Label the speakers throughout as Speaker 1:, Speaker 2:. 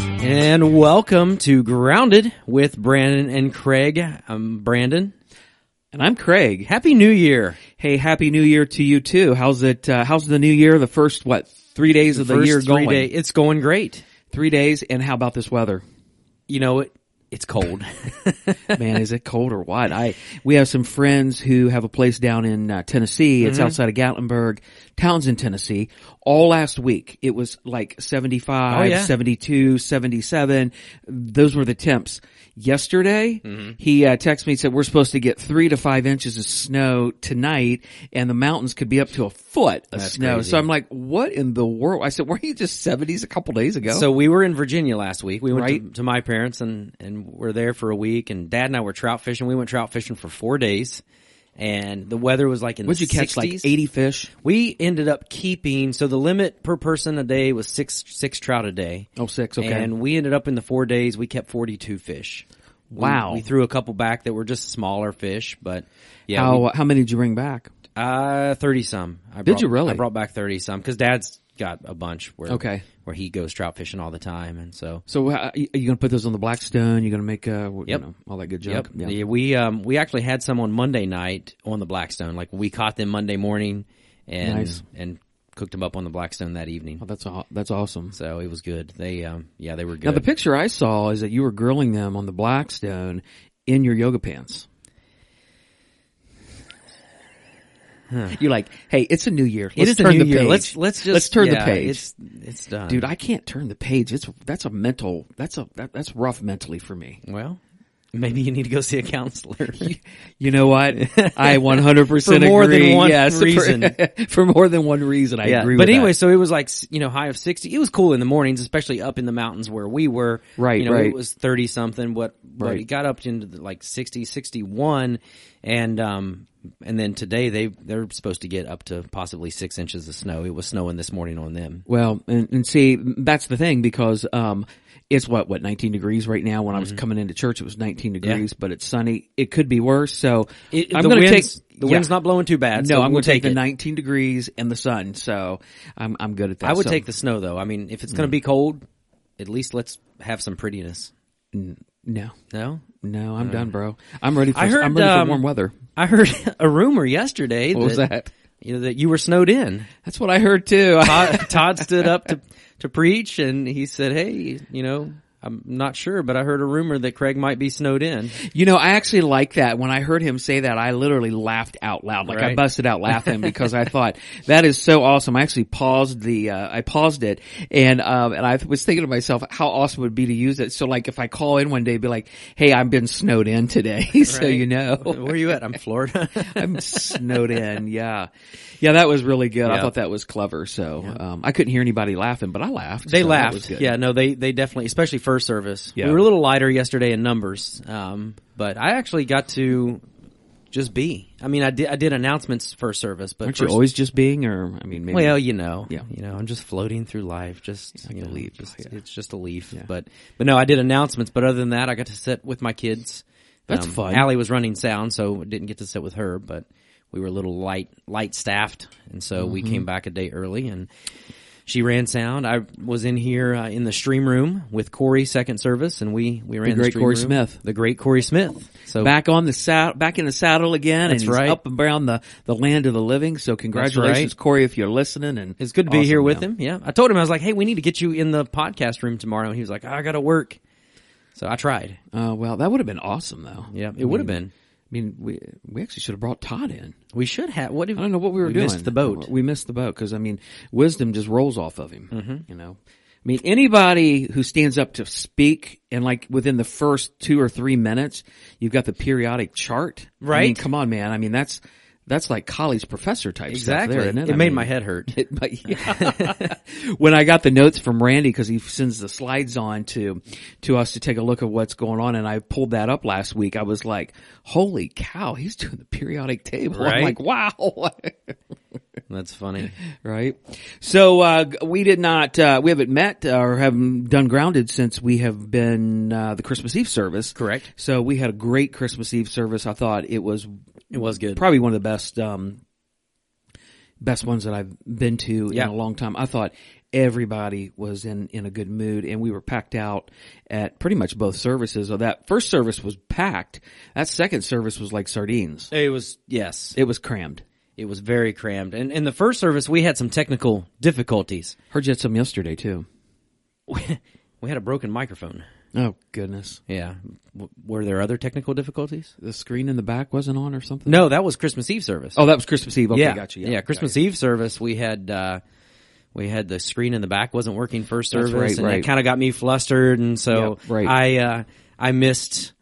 Speaker 1: And welcome to Grounded with Brandon and Craig. I'm Brandon.
Speaker 2: And I'm Craig.
Speaker 1: Happy New Year.
Speaker 2: Hey, happy new year to you too. How's it, uh, how's the new year? The first, what, three days of the
Speaker 1: First
Speaker 2: year
Speaker 1: three
Speaker 2: going?
Speaker 1: day- it's going great.
Speaker 2: Three days. And how about this weather?
Speaker 1: You know, it, it's cold.
Speaker 2: Man, is it cold or what? I, we have some friends who have a place down in uh, Tennessee.
Speaker 1: Mm-hmm.
Speaker 2: It's outside of Gatlinburg, Townsend, Tennessee. All last week, it was like 75,
Speaker 1: Oh, yeah.
Speaker 2: 72, 77. Those were the temps. Yesterday,
Speaker 1: Mm-hmm.
Speaker 2: he uh, texted me and said, we're supposed to get three to five inches of snow tonight and the mountains could be up to a foot of snow.
Speaker 1: crazy.
Speaker 2: So I'm like, what in the world? I said, weren't you just 70s a couple days ago?
Speaker 1: so we were in Virginia last week. We went to,
Speaker 2: Right.
Speaker 1: to my parents and, and were there for a week and dad and I were trout fishing. We went trout fishing for four days and the weather was like in
Speaker 2: would
Speaker 1: the
Speaker 2: you catch
Speaker 1: 60s.
Speaker 2: like 80 fish?
Speaker 1: We ended up keeping, so the limit per person a day was six, six trout a day.
Speaker 2: Oh, six. Okay.
Speaker 1: And we ended up in the four days, we kept 42 fish. We-
Speaker 2: Wow.
Speaker 1: We, threw a couple back that were just smaller fish, but yeah.
Speaker 2: how, uh,
Speaker 1: we-
Speaker 2: how many did you bring back?
Speaker 1: uh, 30 some. I
Speaker 2: Did
Speaker 1: brought-
Speaker 2: you really?
Speaker 1: I brought back 30 some because dad's got a bunch where,
Speaker 2: Okay.
Speaker 1: where he goes trout fishing all the time. And so,
Speaker 2: So uh, are you going to put those on the Blackstone? You're going to make uh, w-
Speaker 1: Yep.
Speaker 2: you know, all that good
Speaker 1: yep.
Speaker 2: junk. Yeah.
Speaker 1: Yeah, we, um, we actually had some on Monday night on the Blackstone. Like we caught them Monday morning and,
Speaker 2: Nice.
Speaker 1: and cooked them up on the Blackstone that evening.
Speaker 2: Oh, that's aw- that's awesome.
Speaker 1: So it was good. They, um, yeah, they were good.
Speaker 2: Now the picture I saw is that you were grilling them on the Blackstone in your yoga pants. You're like, hey, it's a new year.
Speaker 1: It
Speaker 2: Let's
Speaker 1: is a
Speaker 2: turn
Speaker 1: new
Speaker 2: the
Speaker 1: year.
Speaker 2: page.
Speaker 1: Let's let's just
Speaker 2: let's turn
Speaker 1: yeah,
Speaker 2: the page,
Speaker 1: It's it's done,
Speaker 2: dude. I can't turn the page. It's that's a mental. That's a that, that's rough mentally for me.
Speaker 1: well, maybe you need to go see a counselor.
Speaker 2: You know what? I 100 percent
Speaker 1: For more than
Speaker 2: agree.
Speaker 1: one
Speaker 2: Yes, for-
Speaker 1: reason.
Speaker 2: For, more than one reason, I
Speaker 1: yeah,
Speaker 2: agree.
Speaker 1: but
Speaker 2: with that.
Speaker 1: anyway, so it was like s- you know high of sixty. It was cool in the mornings, especially up in the mountains where we were.
Speaker 2: Right,
Speaker 1: you know,
Speaker 2: right.
Speaker 1: it was thirty something, but but
Speaker 2: Right.
Speaker 1: it got up into the, like 60, 61, and um and then today they they're supposed to get up to possibly six inches of snow. It was snowing this morning on them.
Speaker 2: Well, and, and see, that's the thing because um, it's what what 19 degrees right now. When I
Speaker 1: Mm-hmm.
Speaker 2: was coming into church, it was 19 degrees, but it's sunny. It could be worse. So
Speaker 1: It,
Speaker 2: I'm
Speaker 1: the
Speaker 2: going to take
Speaker 1: wind's- the wind's
Speaker 2: yeah.
Speaker 1: not blowing too bad. so
Speaker 2: No, I'm
Speaker 1: we'll
Speaker 2: going to take,
Speaker 1: it.
Speaker 2: the 19 degrees and the sun. So I'm I'm good at that.
Speaker 1: I would
Speaker 2: So- Mm.
Speaker 1: take the snow though. I mean, if it's going to be cold, at least let's have some prettiness.
Speaker 2: no,
Speaker 1: No,
Speaker 2: no. I'm done, bro. I'm ready. For,
Speaker 1: Uh. I heard,
Speaker 2: am ready
Speaker 1: um,
Speaker 2: for warm weather.
Speaker 1: I heard a rumor yesterday.
Speaker 2: What was
Speaker 1: that,
Speaker 2: that?
Speaker 1: You know that you were snowed in.
Speaker 2: That's what I heard too.
Speaker 1: Todd, Todd stood up to to preach, and he said, "Hey, you know." I'm not sure, but I heard a rumor that Craig might be snowed in.
Speaker 2: You know, I actually like that. When I heard him say that, I literally laughed out loud. Like I
Speaker 1: Right.
Speaker 2: busted out laughing because I thought that is so awesome. I actually paused the, uh, I paused it and, um, and I was thinking to myself how awesome it would be to use it. So like if I call in one day, be like, Hey, I've been snowed in today. so
Speaker 1: Right.
Speaker 2: you know,
Speaker 1: Where are you at? I'm Florida.
Speaker 2: I'm snowed in. Yeah. Yeah. That was really good. I
Speaker 1: Yeah.
Speaker 2: thought that was clever. So, um, I couldn't hear anybody laughing, but I laughed.
Speaker 1: they
Speaker 2: so that was
Speaker 1: laughed.
Speaker 2: good.
Speaker 1: Yeah, no, they they definitely, especially first service.
Speaker 2: Yeah.
Speaker 1: We were a little lighter yesterday in numbers, um, but I actually got to just be. I mean, I did I did announcements first service, but
Speaker 2: Aren't you
Speaker 1: first,
Speaker 2: always just being, or I mean, maybe.
Speaker 1: Well, you know,
Speaker 2: Yeah.
Speaker 1: you know, I'm just floating through life, just you know,
Speaker 2: a leaf,
Speaker 1: just-
Speaker 2: yeah.
Speaker 1: it's just a leaf. But but no, I did announcements. But other than that, I got to sit with my kids. Um,
Speaker 2: That's fun.
Speaker 1: Allie was running sound, so didn't get to sit with her, but we were a little light light staffed, and so we
Speaker 2: Mm-hmm.
Speaker 1: came back a day early and. She ran sound. I was in here uh, in the stream room with Corey, second service, and we we ran the,
Speaker 2: great
Speaker 1: stream
Speaker 2: Corey
Speaker 1: room.
Speaker 2: Smith.
Speaker 1: the great Corey Smith. So
Speaker 2: back on the saddle, back in the saddle again,
Speaker 1: That's
Speaker 2: and he's
Speaker 1: right.
Speaker 2: up and around the the land of the living. So congratulations,
Speaker 1: right.
Speaker 2: Corey, if you're listening, and
Speaker 1: It's good to be here
Speaker 2: awesome,
Speaker 1: with
Speaker 2: yeah.
Speaker 1: him. Yeah. I told him, I was like, hey, we need to get you in the podcast room tomorrow. And he was like, I got to work. So I tried.
Speaker 2: Uh, well, that would have been awesome, though.
Speaker 1: Yeah. It
Speaker 2: I
Speaker 1: would have
Speaker 2: mean-
Speaker 1: been.
Speaker 2: I mean, we we actually should have brought Todd in.
Speaker 1: We should have. What if,
Speaker 2: I don't know what we were doing.
Speaker 1: missed the boat.
Speaker 2: We missed the boat because I mean, wisdom just rolls off of him. You know, I mean, anybody who stands up to speak and like within the first two or three minutes, you've got the periodic chart. I mean,
Speaker 1: Right.
Speaker 2: come on, man. I mean, that's that's like college professor type
Speaker 1: Exactly.
Speaker 2: stuff. There, isn't
Speaker 1: it
Speaker 2: it I
Speaker 1: made
Speaker 2: mean,
Speaker 1: my head hurt.
Speaker 2: it, but yeah. when I got the notes from Randy, because he sends the slides on to to us to take a look at what's going on, and I pulled that up last week. I was like, "Holy cow, he's doing the periodic table!"
Speaker 1: Right.
Speaker 2: I'm like, "Wow!"
Speaker 1: That's funny.
Speaker 2: right. So uh, g- we did not, uh, we haven't met or haven't done grounded since we have been uh, the Christmas Eve service.
Speaker 1: Correct.
Speaker 2: So we had a great Christmas Eve service. I thought it was
Speaker 1: It was good.
Speaker 2: probably one of the best um best ones that I've been to
Speaker 1: Yeah.
Speaker 2: in a long time. I thought everybody was in in a good mood, and we were packed out at pretty much both services. Of that first service was packed. That second service was like sardines.
Speaker 1: It was yes,
Speaker 2: It was crammed.
Speaker 1: it was very crammed. And in the first service, we had some technical difficulties.
Speaker 2: Heard you had some yesterday too.
Speaker 1: We had a broken microphone.
Speaker 2: Oh goodness,
Speaker 1: Yeah, w- were there other technical difficulties?
Speaker 2: the screen in the back wasn't on or something.
Speaker 1: No, that was Christmas Eve service.
Speaker 2: Oh, that was Christmas Eve. Okay,
Speaker 1: yeah,
Speaker 2: gotcha.
Speaker 1: yeah. Christmas Eve service, we had uh, we had the screen in the back wasn't working first
Speaker 2: That's
Speaker 1: service,
Speaker 2: right,
Speaker 1: and
Speaker 2: right.
Speaker 1: that kind of got me flustered, and so
Speaker 2: Yeah, right.
Speaker 1: I uh, I missed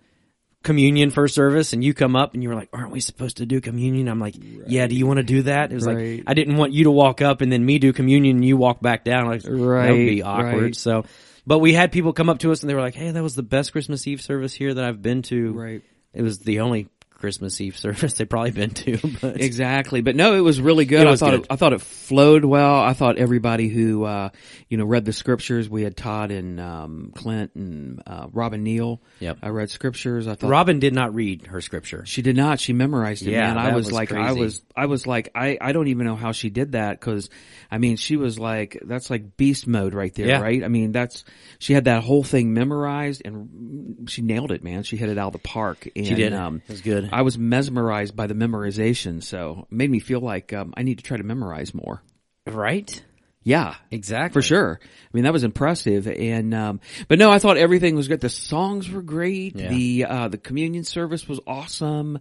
Speaker 1: communion first service, and you come up and you were like, "Aren't we supposed to do communion?" I'm like, "Yeah, do you want to do that?" It was
Speaker 2: Right.
Speaker 1: like I didn't want you to walk up and then me do communion, and you walk back down. Like, that would
Speaker 2: Right,
Speaker 1: be awkward.
Speaker 2: right.
Speaker 1: So. But we had people come up to us and they were like, "Hey, that was the best Christmas Eve service here that I've been to."
Speaker 2: Right.
Speaker 1: It was the only Christmas Eve service they've probably been to. But
Speaker 2: Exactly, but no, it was really good.
Speaker 1: was
Speaker 2: I thought It,
Speaker 1: good.
Speaker 2: I thought it flowed well. I thought everybody who uh, you know read the scriptures. We had Todd and um, Clint and uh, Robin Neal.
Speaker 1: Yep.
Speaker 2: I read scriptures. I thought
Speaker 1: Robin did not read her scripture.
Speaker 2: she did not. She memorized it.
Speaker 1: Yeah,
Speaker 2: man. I
Speaker 1: that
Speaker 2: was,
Speaker 1: was
Speaker 2: like, I
Speaker 1: crazy.
Speaker 2: was, I was like, I, I don't even know how she did that because, I mean, she was like, that's like beast mode right there,
Speaker 1: Yeah.
Speaker 2: right? I mean, that's she had that whole thing memorized and she nailed it, man. She hit it out of the park. And,
Speaker 1: did.
Speaker 2: Um,
Speaker 1: It was good.
Speaker 2: I was mesmerized by the memorization, so it made me feel like um, I need to try to memorize more.
Speaker 1: Right?
Speaker 2: Yeah,
Speaker 1: Exactly.
Speaker 2: for sure. I mean, that was impressive. And, um, but no, I thought everything was good. The songs were great.
Speaker 1: Yeah.
Speaker 2: The, uh, the communion service was awesome.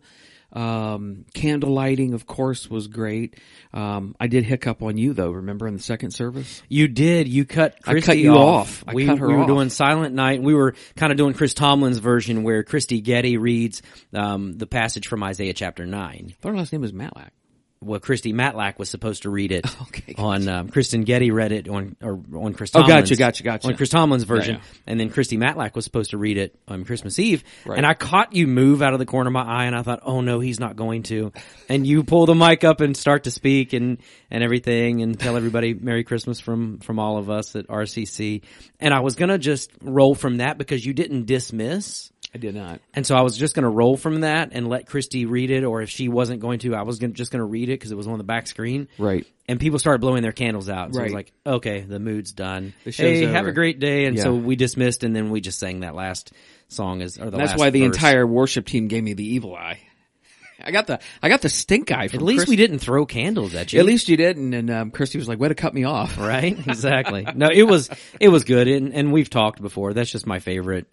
Speaker 2: Um, candle lighting, of course, was great. Um, I did hiccup on you though, remember in the second service?
Speaker 1: You did. You cut
Speaker 2: I cut
Speaker 1: Christy
Speaker 2: you
Speaker 1: off.
Speaker 2: off. I
Speaker 1: we,
Speaker 2: cut her
Speaker 1: we were
Speaker 2: off.
Speaker 1: doing Silent Night. We were kind of doing Chris Tomlin's version where Christy Getty reads um, the passage from Isaiah chapter 9.
Speaker 2: I thought her last name was Malak.
Speaker 1: Well, Christy Matlack was supposed to read it
Speaker 2: Okay.
Speaker 1: on um, Kristen Getty read it on or on Chris
Speaker 2: Oh, gotcha,
Speaker 1: Tomlin's.
Speaker 2: gotcha, gotcha.
Speaker 1: On Chris Tomlin's version,
Speaker 2: Yeah,
Speaker 1: and then Christy Matlack was supposed to read it on Christmas Eve.
Speaker 2: Right.
Speaker 1: And I caught you move out of the corner of my eye, and I thought, oh no, he's not going to. And you pull the mic up and start to speak and and everything, and tell everybody Merry Christmas from from all of us at RCC. And I was gonna just roll from that because you didn't dismiss.
Speaker 2: I did not.
Speaker 1: And so I was just going to roll from that and let Christy read it, or if she wasn't going to, I was gonna, just going to read it because it was on the back screen.
Speaker 2: Right.
Speaker 1: And people started blowing their candles out. So I was
Speaker 2: Right.
Speaker 1: like, okay, the mood's done.
Speaker 2: The show's
Speaker 1: hey, have
Speaker 2: over.
Speaker 1: a great day. And so
Speaker 2: Yeah.
Speaker 1: we dismissed, and then we just sang that last song as or the
Speaker 2: That's
Speaker 1: last
Speaker 2: why the
Speaker 1: verse.
Speaker 2: entire worship team gave me the evil eye. I got the, I got the stink eye from
Speaker 1: At least
Speaker 2: Chris-
Speaker 1: we didn't throw candles at you.
Speaker 2: At least you didn't. And, um, Christy was like, way to cut me off.
Speaker 1: right? Exactly. No, it was it was good, and and we've talked before. That's just my favorite.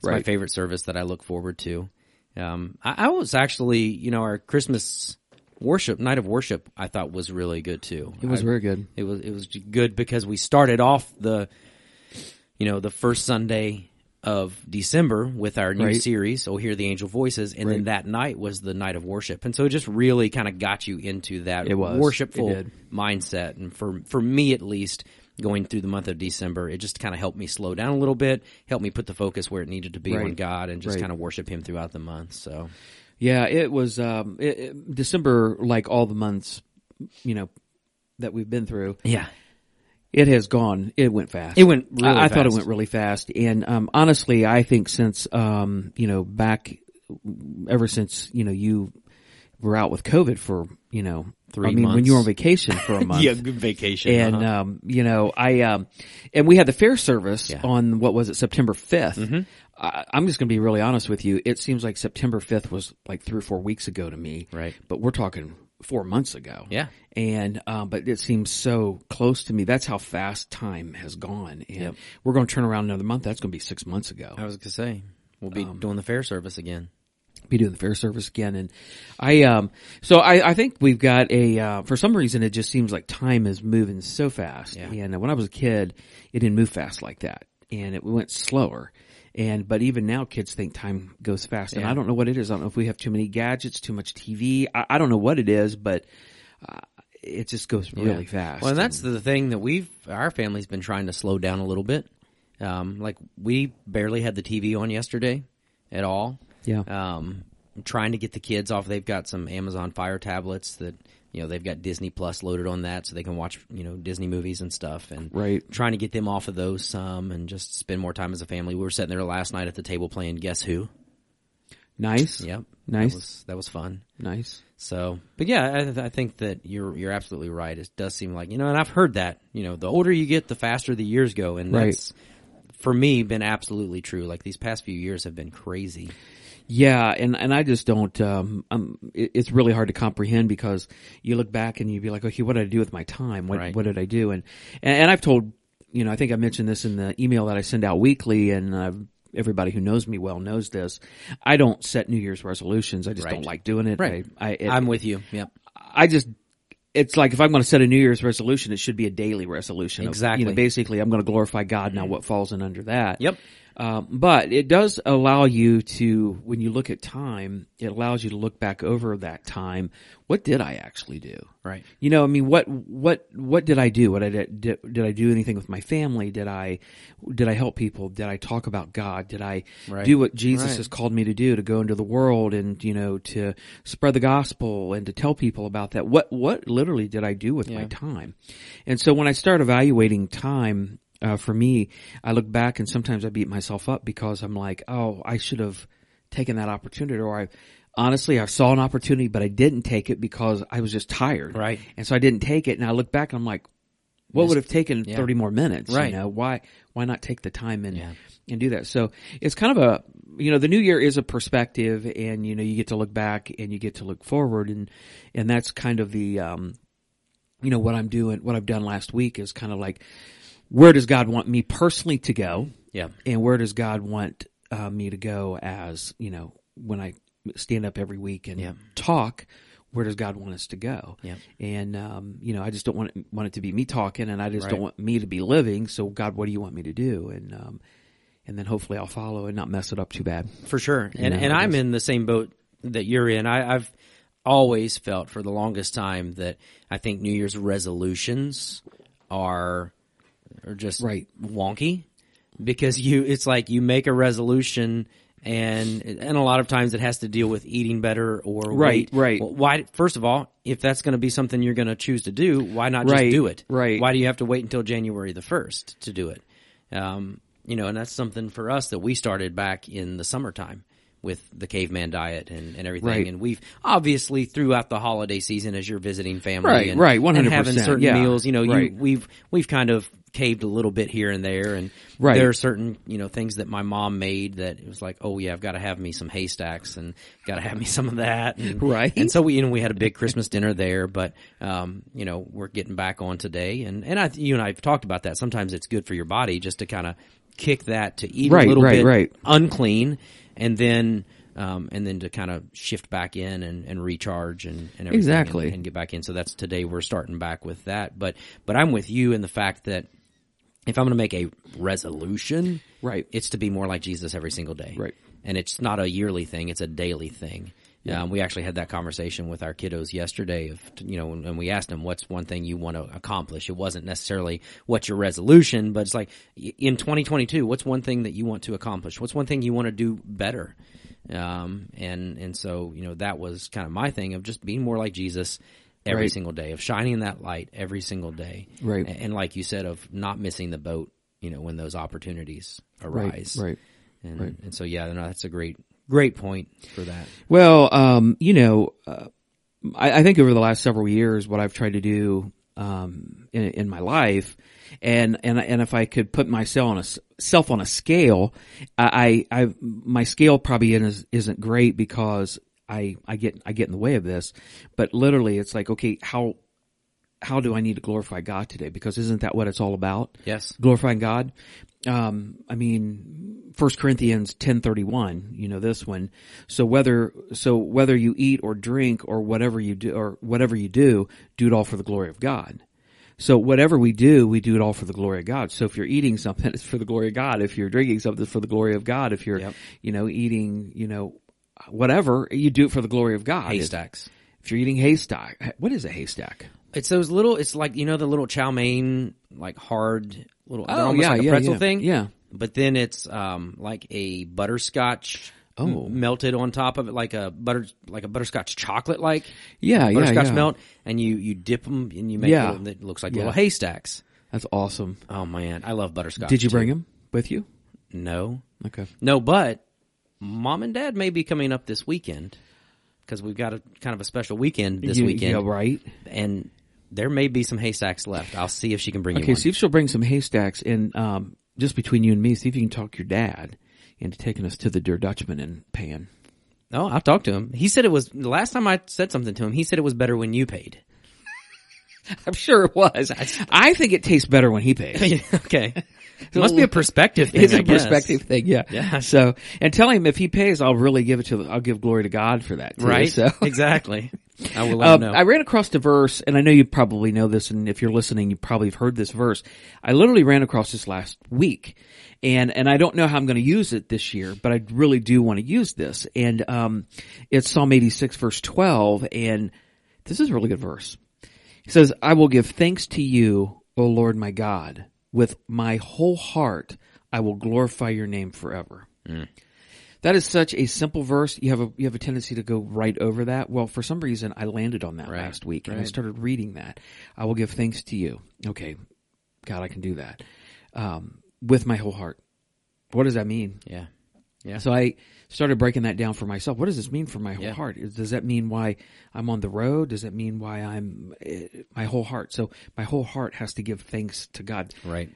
Speaker 1: It's my
Speaker 2: Right.
Speaker 1: favorite service that I look forward to. Um, I, I was actually, you know, our Christmas worship night of worship. I thought was really good too.
Speaker 2: It was
Speaker 1: I-
Speaker 2: very good.
Speaker 1: It was it was good because we started off the, you know, the first Sunday of December with our new
Speaker 2: Right.
Speaker 1: series, "Oh Hear the Angel Voices," and then that night was the night of worship, and so it just really kind of got you into that
Speaker 2: It was.
Speaker 1: worshipful
Speaker 2: It did.
Speaker 1: mindset. And for for me at least, going through the month of December, it just kind of helped me slow down a little bit, helped me put the focus where it needed to be
Speaker 2: Right.
Speaker 1: on God, and just
Speaker 2: Right.
Speaker 1: kind of worship Him throughout the month. So
Speaker 2: Yeah, it was um, it, it- December, like all the months, you know, that we've been through.
Speaker 1: yeah,
Speaker 2: It has gone. It went fast.
Speaker 1: It went really
Speaker 2: I, I thought it
Speaker 1: fast.
Speaker 2: went really fast, and um, honestly, I think since um, you know back, ever since you know you were out with COVID for you know
Speaker 1: Three
Speaker 2: I mean, when
Speaker 1: months.
Speaker 2: you were on vacation for a month,
Speaker 1: good vacation.
Speaker 2: and um, you know, I um, and we had the fair service on what was it, September 5th
Speaker 1: Mm-hmm.
Speaker 2: I, I'm just going to be really honest with you. It seems like September fifth was like three or four weeks ago to me,
Speaker 1: Right.
Speaker 2: But we're talking four months ago,
Speaker 1: Yeah.
Speaker 2: And um, but it seems so close to me. That's how fast time has gone, and we're going to turn around another month. That's going to be six months ago.
Speaker 1: I was gonna say we'll be doing the fair service again.
Speaker 2: be doing the fair service again. And I, um, so I, I think we've got a, uh, for some reason it just seems like time is moving so fast. And when I was a kid, it didn't move fast like that and it went slower. And, but even now kids think time goes fast and I don't know what it is. I don't know if we have too many gadgets, too much TV. I, I don't know what it is, but, uh, it just goes really fast.
Speaker 1: Well, and that's the thing that we've our family's been trying to slow down a little bit. Um, like we barely had the TV on yesterday at all.
Speaker 2: Yeah.
Speaker 1: Um, trying to get the kids off. They've got some Amazon Fire tablets that you know they've got Disney Plus loaded on that, so they can watch you know Disney movies and stuff. And
Speaker 2: Right.
Speaker 1: trying to get them off of those some and just spend more time as a family. We were sitting there last night at the table playing Guess Who.
Speaker 2: Nice.
Speaker 1: Yep.
Speaker 2: Nice.
Speaker 1: That was, that was fun.
Speaker 2: Nice.
Speaker 1: So, but yeah, I, I think that you're you're absolutely right. It does seem like you know, and I've heard that you know, the older you get, the faster the years go, and
Speaker 2: Right.
Speaker 1: that's for me been absolutely true. Like these past few years have been crazy.
Speaker 2: Yeah, and and I just don't. Um, um it, it's really hard to comprehend because you look back and you'd be like, okay, what did I do with my time? What
Speaker 1: Right.
Speaker 2: what did I do? And, and and I've told you know I think I mentioned this in the email that I send out weekly, and I've, everybody who knows me well knows this. I don't set New Year's resolutions. I just
Speaker 1: Right.
Speaker 2: don't like doing it.
Speaker 1: Right.
Speaker 2: I, I it,
Speaker 1: I'm with you. Yep.
Speaker 2: I just it's like if I'm going to set a New Year's resolution, it should be a daily resolution. of,
Speaker 1: Exactly. Mm-hmm.
Speaker 2: you know, basically, I'm going to glorify God. Now, what falls in under that?
Speaker 1: Yep.
Speaker 2: Um, but it does allow you to, when you look at time, it allows you to look back over that time. What did I actually do?
Speaker 1: Right.
Speaker 2: You know, I mean, what, what, what did I do? What I did, did, did I do anything with my family? Did I, did I help people? Did I talk about God? Did I
Speaker 1: Right.
Speaker 2: do what Jesus
Speaker 1: Right.
Speaker 2: has called me to do to go into the world and, you know, to spread the gospel and to tell people about that? What, what literally did I do with my
Speaker 1: Yeah.
Speaker 2: time? And so when I start evaluating time, uh, for me, I look back and sometimes I beat myself up because I'm like, oh, I should have taken that opportunity or I, honestly, I saw an opportunity, but I didn't take it because I was just tired.
Speaker 1: Right.
Speaker 2: And so I didn't take it. And I look back and I'm like, what would have taken 30 more minutes?
Speaker 1: Right.
Speaker 2: You know, why, why not take the time and,
Speaker 1: Yeah.
Speaker 2: and do that? So it's kind of a, you know, the new year is a perspective and, you know, you get to look back and you get to look forward and, and that's kind of the, um, you know, what I'm doing, what I've done last week is kind of like, where does God want me personally to go?
Speaker 1: Yeah.
Speaker 2: and where does God want uh, me to go as you know when I stand up every week and
Speaker 1: Yeah.
Speaker 2: talk? Where does God want us to go?
Speaker 1: Yeah.
Speaker 2: And um, you know, I just don't want it, want it to be me talking, and I just don't
Speaker 1: Right.
Speaker 2: want me to be living. So God, what do you want me to do? And um, and then hopefully I'll follow and not mess it up too bad.
Speaker 1: for sure. And
Speaker 2: know,
Speaker 1: and
Speaker 2: it
Speaker 1: I'm in the same boat that you're in. I, I've always felt for the longest time that I think New Year's resolutions are are just
Speaker 2: Right.
Speaker 1: wonky because you it's like you make a resolution and and a lot of times it has to deal with eating better or
Speaker 2: Right,
Speaker 1: weight.
Speaker 2: right.
Speaker 1: Well, why first of all, if that's going to be something you're going to choose to do, why not
Speaker 2: Right,
Speaker 1: just do it?
Speaker 2: right.
Speaker 1: Why do you have to wait until January the 1st to do it? Um, you know, and that's something for us that we started back in the summertime with the caveman diet and, and everything.
Speaker 2: Right.
Speaker 1: And we've obviously throughout the holiday season as you're visiting family
Speaker 2: Right,
Speaker 1: and,
Speaker 2: right,
Speaker 1: and having
Speaker 2: 100%,
Speaker 1: certain
Speaker 2: yeah,
Speaker 1: meals, you know,
Speaker 2: right.
Speaker 1: you, we've, we've kind of caved a little bit here and there. And
Speaker 2: Right.
Speaker 1: there are certain, you know, things that my mom made that it was like, oh yeah, I've got to have me some haystacks and got to have me some of that. And,
Speaker 2: Right.
Speaker 1: And so we, you know, we had a big Christmas dinner there, but, um, you know, we're getting back on today. And, and I, you and I have talked about that. Sometimes it's good for your body just to kind of kick that to eat
Speaker 2: Right,
Speaker 1: a little
Speaker 2: right,
Speaker 1: bit
Speaker 2: right.
Speaker 1: unclean and then, um, and then to kind of shift back in and, and recharge and, and everything
Speaker 2: Exactly.
Speaker 1: and, and get back in. So that's today we're starting back with that. But, but I'm with you in the fact that if I'm going to make a resolution,
Speaker 2: Right.
Speaker 1: it's to be more like Jesus every single day,
Speaker 2: Right.
Speaker 1: And it's not a yearly thing; it's a daily thing. Um, we actually had that conversation with our kiddos yesterday. Of you know, and, and we asked them, "What's one thing you want to accomplish?" It wasn't necessarily what's your resolution, but it's like y- in 2022, what's one thing that you want to accomplish? What's one thing you want to do better? Um, and and so you know that was kind of my thing of just being more like Jesus every
Speaker 2: Right.
Speaker 1: single day, of shining that light every single day,
Speaker 2: Right.
Speaker 1: A- and like you said, of not missing the boat, you know, when those opportunities arise.
Speaker 2: right.
Speaker 1: And, and so, yeah, no, that's a great, great point for that.
Speaker 2: Well, um, you know, uh, I, I think over the last several years, what I've tried to do um, in, in my life, and and and if I could put myself on a s- self on a scale, I, I I my scale probably isn't isn't great because I I get I get in the way of this, but literally, it's like okay, how how do I need to glorify God today? Because isn't that what it's all about?
Speaker 1: Yes.
Speaker 2: glorifying God. Um, I mean, First Corinthians ten thirty one. You know this one. So whether so whether you eat or drink or whatever you do or whatever you do, do it all for the glory of God. So whatever we do, we do it all for the glory of God. So if you're eating something, it's for the glory of God. If you're drinking something, it's for the glory of God. If you're,
Speaker 1: Yep.
Speaker 2: you know, eating, you know, whatever, you do it for the glory of God.
Speaker 1: Haystacks.
Speaker 2: If you're eating haystack, what is a haystack?
Speaker 1: It's those little, it's like, you know, the little chow mein, like hard little, they're
Speaker 2: Oh,
Speaker 1: almost
Speaker 2: yeah,
Speaker 1: like a
Speaker 2: yeah,
Speaker 1: pretzel
Speaker 2: yeah,
Speaker 1: thing.
Speaker 2: yeah.
Speaker 1: But then it's, um, like a butterscotch.
Speaker 2: Oh.
Speaker 1: m- melted on top of it like a butter, like a butterscotch chocolate, like
Speaker 2: Yeah, yeah,
Speaker 1: butterscotch
Speaker 2: yeah.
Speaker 1: melt, and you you dip them and you make
Speaker 2: Yeah.
Speaker 1: little, it looks like
Speaker 2: Yeah.
Speaker 1: little haystacks.
Speaker 2: That's awesome.
Speaker 1: Oh man, I love butterscotch.
Speaker 2: Did you
Speaker 1: too.
Speaker 2: bring him with you?
Speaker 1: No,
Speaker 2: Okay.
Speaker 1: No, but mom and dad may be coming up this weekend because we've got a kind of a special weekend this
Speaker 2: You-
Speaker 1: weekend.
Speaker 2: yeah, right.
Speaker 1: And there may be some haystacks left. I'll see if she can bring you
Speaker 2: Okay,
Speaker 1: one.
Speaker 2: see if she'll bring some haystacks and um, just between you and me, see if you can talk your dad into taking us to the Dear Dutchman and paying.
Speaker 1: No, I'll talk Oh, to him. He said it was the last time I said something to him. He said it was better when you paid.
Speaker 2: I'm sure it was. I think it tastes better when he pays.
Speaker 1: okay, it must be a perspective thing.
Speaker 2: It's
Speaker 1: I
Speaker 2: a
Speaker 1: guess.
Speaker 2: perspective thing, yeah.
Speaker 1: Yeah.
Speaker 2: So, and tell him if he pays, I'll really give it to. I'll give glory to God for that, too.
Speaker 1: right?
Speaker 2: So,
Speaker 1: exactly. I will let
Speaker 2: Uh,
Speaker 1: him know.
Speaker 2: I ran across a verse, and I know you probably know this, and if you're listening, you probably have heard this verse. I literally ran across this last week, and and I don't know how I'm going to use it this year, but I really do want to use this. And um, it's Psalm 86, verse 12, and this is a really good verse. He says, "I will give thanks to you, O Lord my God, with my whole heart. I will glorify your name forever." That is such a simple verse. You have a you have a tendency to go right over that. Well, for some reason, I landed on that last week and I started reading that. I will give thanks to you. Okay, God, I can do that um, with my whole heart. What does that mean?
Speaker 1: yeah, yeah.
Speaker 2: So I started breaking that down for myself. What does this mean for my whole heart? Is- Does that mean why I'm on the road? Does that mean why I'm eh, my whole heart? So my whole heart has to give thanks to God
Speaker 1: right.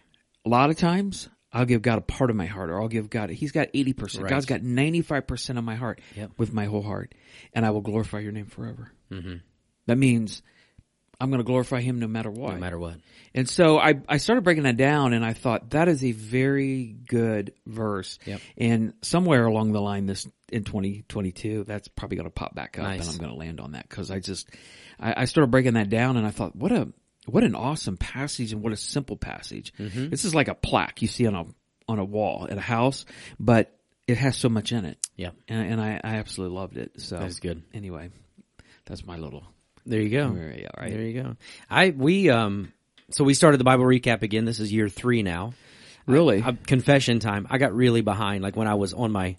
Speaker 2: a lot of times I'll give God a part of my heart or I'll give God, he's got 80%. God's got 95% of my heart
Speaker 1: Yep.
Speaker 2: with my whole heart and I will glorify your name forever. Mm-hmm. That means I'm going to glorify him no matter what.
Speaker 1: No matter what.
Speaker 2: And so I, I started breaking that down and I thought that is a very good verse.
Speaker 1: Yep.
Speaker 2: And somewhere along the line this in 2022, that's probably going to pop back up
Speaker 1: Nice.
Speaker 2: and I'm going to land on that because I just, I, I started breaking that down and I thought, what a, what an awesome passage and what a simple passage.
Speaker 1: Mm-hmm.
Speaker 2: This is like a plaque you see on a, on a wall at a house, but it has so much in it.
Speaker 1: Yeah.
Speaker 2: And, and I, I absolutely loved it. So
Speaker 1: That is good.
Speaker 2: Anyway, that's my little,
Speaker 1: There you go.
Speaker 2: area, right?
Speaker 1: There you go. I we um so we started the Bible recap again. This is year three now.
Speaker 2: Really?
Speaker 1: Uh, confession time. I got really behind. Like when I was on my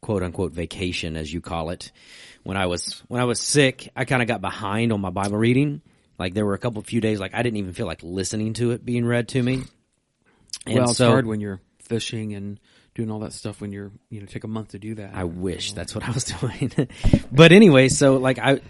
Speaker 1: quote unquote vacation, as you call it, when I was when I was sick, I kind of got behind on my Bible reading. Like there were a couple few days like I didn't even feel like listening to it being read to me. And
Speaker 2: well,
Speaker 1: so
Speaker 2: it's hard when you're fishing and doing all that stuff when you're, you know, take a month to do that.
Speaker 1: I wish that's what I was doing. but anyway, so like I,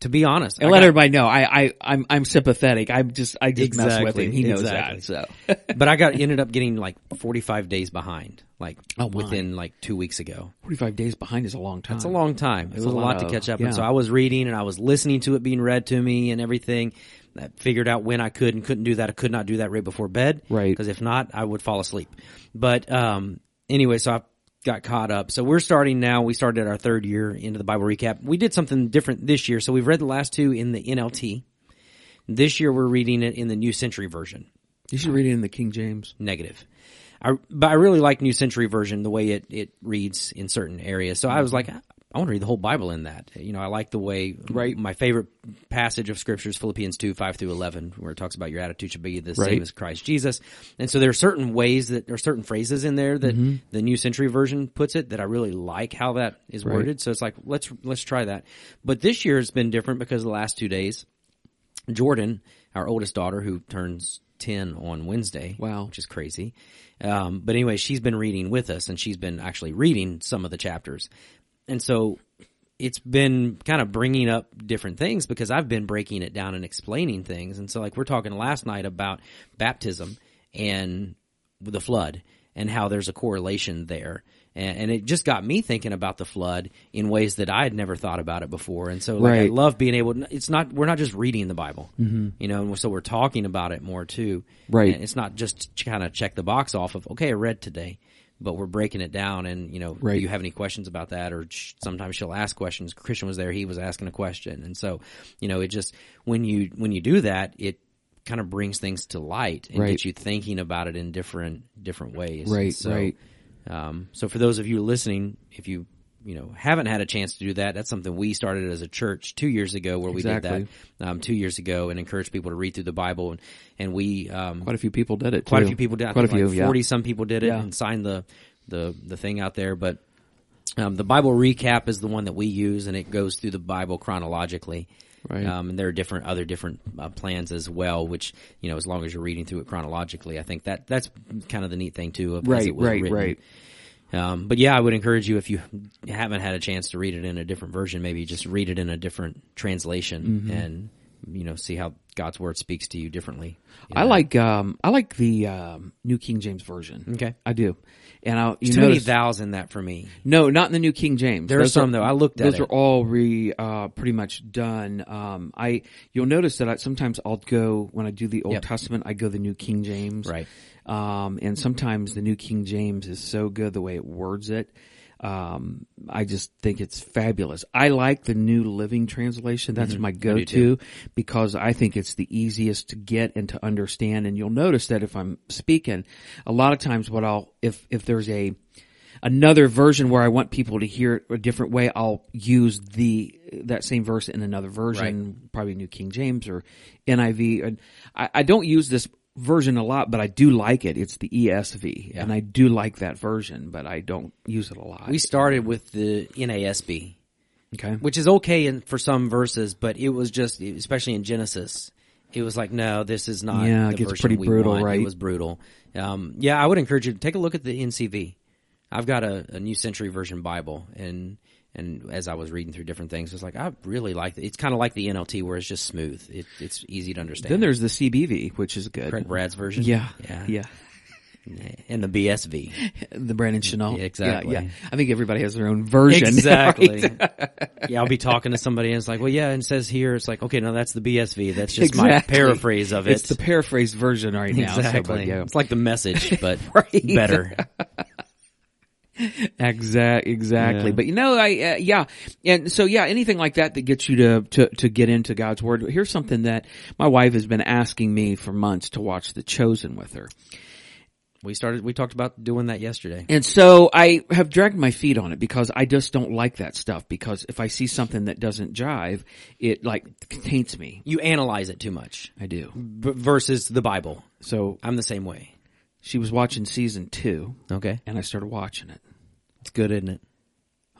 Speaker 1: to be honest, I
Speaker 2: and let
Speaker 1: got-
Speaker 2: everybody know I, I, I'm, I'm sympathetic. I'm just, I just mess with
Speaker 1: Exactly,
Speaker 2: him. He knows
Speaker 1: exactly.
Speaker 2: that. So
Speaker 1: but I got ended up getting like 45 days behind, like
Speaker 2: Oh, my.
Speaker 1: within like two weeks ago.
Speaker 2: 45 days behind is a long time.
Speaker 1: It's a long time. It was a lot, to
Speaker 2: of-
Speaker 1: catch up.
Speaker 2: yeah.
Speaker 1: And so I was reading and I was listening to it being read to me and everything. I figured out when I could and couldn't do that. I could not do that right before bed.
Speaker 2: Right.
Speaker 1: Because if not, I would fall asleep. But, um, anyway, so I got caught up. So we're starting now. We started our third year into the Bible recap. We did something different this year. So we've read the last two in the NLT. This year we're reading it in the New Century Version
Speaker 2: You should read it in the King James.
Speaker 1: negative. I, but I really like New Century Version the way it, it reads in certain areas. So I was like, I, want to read the whole Bible in that. You know, I like the way
Speaker 2: Right.
Speaker 1: my favorite passage of scripture is Philippians two five through eleven, where it talks about your attitude should be the
Speaker 2: Right.
Speaker 1: same as Christ Jesus. And so there are certain ways that there are certain phrases in there that
Speaker 2: Mm-hmm.
Speaker 1: the New Century Version puts it that I really like how that is worded. So it's like let's let's try that. But this year it's been different because the last two days. Jordan, our oldest daughter, who turns 10 on Wednesday.
Speaker 2: Wow.
Speaker 1: Which is crazy. Um, but anyway, she's been reading with us and she's been actually reading some of the chapters. And so it's been kind of bringing up different things because I've been breaking it down and explaining things. And so, like, we're talking last night about baptism and the flood and how there's a correlation there. And, and it just got me thinking about the flood in ways that I had never thought about it before. And so, like, I
Speaker 2: Right. Mm-hmm.
Speaker 1: love being able to, it's not, we're not just reading the Bible, you know, and so we're talking about it more too.
Speaker 2: Right.
Speaker 1: And it's not just kind of check the box off of, okay, I read today, but we're breaking it down and, you know,
Speaker 2: Right.
Speaker 1: do you have any questions about that? Or sh- sometimes she'll ask questions. Christian was there. He was asking a question. And so, you know, it just, when you, when you do that, it kind of brings things to light and
Speaker 2: Right.
Speaker 1: gets you thinking about it in different, different ways.
Speaker 2: Right,
Speaker 1: So,
Speaker 2: right.
Speaker 1: um, so for those of you listening, if you you know haven't had a chance to do that, that's something we started as a church two years ago, where we
Speaker 2: Exactly.
Speaker 1: did that um, two years ago and encouraged people to read through the Bible, and and we um,
Speaker 2: Quite a few people did it.
Speaker 1: quite a
Speaker 2: too.
Speaker 1: few people did. I
Speaker 2: Quite a
Speaker 1: think
Speaker 2: few.
Speaker 1: like
Speaker 2: yeah.
Speaker 1: forty some people did it
Speaker 2: Yeah.
Speaker 1: and signed the the the thing out there. But um, the Bible recap is the one that we use, and it goes through the Bible chronologically.
Speaker 2: Right.
Speaker 1: Um, and there are different other different uh, plans as well, which you know, as long as you're reading through it chronologically, I think that that's kind of the neat thing too. Of as
Speaker 2: Right.
Speaker 1: it was
Speaker 2: Right.
Speaker 1: written.
Speaker 2: Right.
Speaker 1: Um, but yeah, I would encourage you if you haven't had a chance to read it in a different version, maybe just read it in a different translation
Speaker 2: Mm-hmm.
Speaker 1: and you know see how God's word speaks to you differently. You
Speaker 2: I
Speaker 1: know?
Speaker 2: like um I like the um New King James version.
Speaker 1: Okay.
Speaker 2: I do. And I you
Speaker 1: too many
Speaker 2: notice,
Speaker 1: thous in that for me.
Speaker 2: no, not in the New King James.
Speaker 1: There are some though. I looked at it.
Speaker 2: those are all re uh pretty much done. Um I you'll notice that I sometimes I'll go when I do the Old
Speaker 1: Yep.
Speaker 2: Testament, I go the New King James.
Speaker 1: Right.
Speaker 2: Um and sometimes the New King James is so good the way it words it. Um I just think it's fabulous. I like the New Living Translation.
Speaker 1: Mm-hmm.
Speaker 2: That's my go-to because I think it's the easiest to get and to understand. And you'll notice that if I'm speaking, a lot of times what I'll, if, if there's a, another version where I want people to hear it a different way, I'll use the, that same verse in another version, probably New King James or NIV. And I, I don't use this version a lot, but I do like it. It's the ESV and I do like that version, but I don't use it a lot.
Speaker 1: We started with the NASB,
Speaker 2: okay.
Speaker 1: which is okay in, for some verses, but it was just, especially in Genesis, it was like, no, this is not.
Speaker 2: Yeah, it
Speaker 1: the
Speaker 2: gets
Speaker 1: version
Speaker 2: pretty
Speaker 1: we
Speaker 2: brutal,
Speaker 1: want.
Speaker 2: right?
Speaker 1: It was brutal. Um, yeah, I would encourage you to take a look at the NCV. I've got a, a New Century Version Bible, and and as I was reading through different things, it's like I really like it. It's kind of like the NLT, where it's just smooth. It, it's easy to understand.
Speaker 2: Then there's the CBV, which is good.
Speaker 1: Brent Brad's version,
Speaker 2: Yeah.
Speaker 1: yeah,
Speaker 2: Yeah.
Speaker 1: and the BSV,
Speaker 2: The Brandon Chanel.
Speaker 1: Yeah, exactly.
Speaker 2: Yeah, yeah. I think everybody has their own version.
Speaker 1: Exactly.
Speaker 2: right?
Speaker 1: yeah, I'll be talking to somebody and it's like, well, yeah, and it says here, it's like, okay, no, that's the BSV. That's just my
Speaker 2: Exactly.
Speaker 1: paraphrase of it.
Speaker 2: It's the paraphrased version right now. so, but
Speaker 1: exactly.
Speaker 2: yeah.
Speaker 1: It's like the message, but
Speaker 2: Right.
Speaker 1: better.
Speaker 2: Exact, exactly.
Speaker 1: Yeah.
Speaker 2: But you know, I uh, yeah, and so yeah, anything like that that gets you to to to get into God's word. Here's something that my wife has been asking me for months to watch The Chosen with her,
Speaker 1: We started, we talked about doing that yesterday.
Speaker 2: and so I have dragged my feet on it because I just don't like that stuff. Because if I see something that doesn't jive, it like taints me.
Speaker 1: You analyze it too much
Speaker 2: I do.
Speaker 1: b- versus the Bible.
Speaker 2: So
Speaker 1: I'm the same way.
Speaker 2: she was watching season two,
Speaker 1: Okay.
Speaker 2: and I started watching it.
Speaker 1: It's good, isn't it?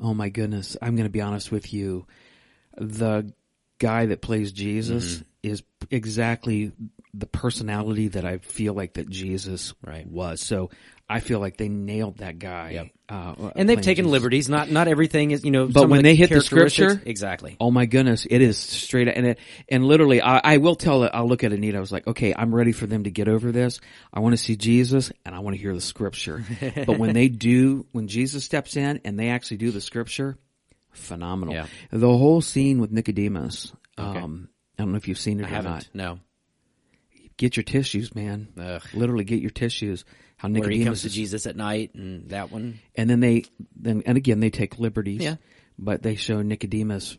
Speaker 2: Oh my goodness. I'm going to be honest with you. The guy that plays Jesus
Speaker 1: Mm-hmm.
Speaker 2: is exactly the personality that I feel like that Jesus
Speaker 1: Right.
Speaker 2: was. So I feel like they nailed that guy. Uh,
Speaker 1: And they've
Speaker 2: playing
Speaker 1: taken
Speaker 2: Jesus.
Speaker 1: liberties. Not, not everything is, you know,
Speaker 2: But
Speaker 1: some of
Speaker 2: when they hit the
Speaker 1: characteristics-
Speaker 2: scripture-
Speaker 1: Exactly.
Speaker 2: Oh my goodness. It is straight. And it, and literally I, I will tell it, I'll look at Anita. I was like, okay, I'm ready for them to get over this. I want to see Jesus and I want to hear the scripture. but when they do, when Jesus steps in and they actually do the scripture, phenomenal.
Speaker 1: Yeah.
Speaker 2: The whole scene with Nicodemus. Um, I don't know if you've seen it
Speaker 1: I
Speaker 2: or not.
Speaker 1: haven't. No.
Speaker 2: Get your tissues, man.
Speaker 1: Ugh.
Speaker 2: Literally, get your tissues. How
Speaker 1: Where he comes
Speaker 2: Nicodemus,
Speaker 1: to Jesus at night and that one.
Speaker 2: and then they, then and again they take liberties.
Speaker 1: Yeah.
Speaker 2: But they show Nicodemus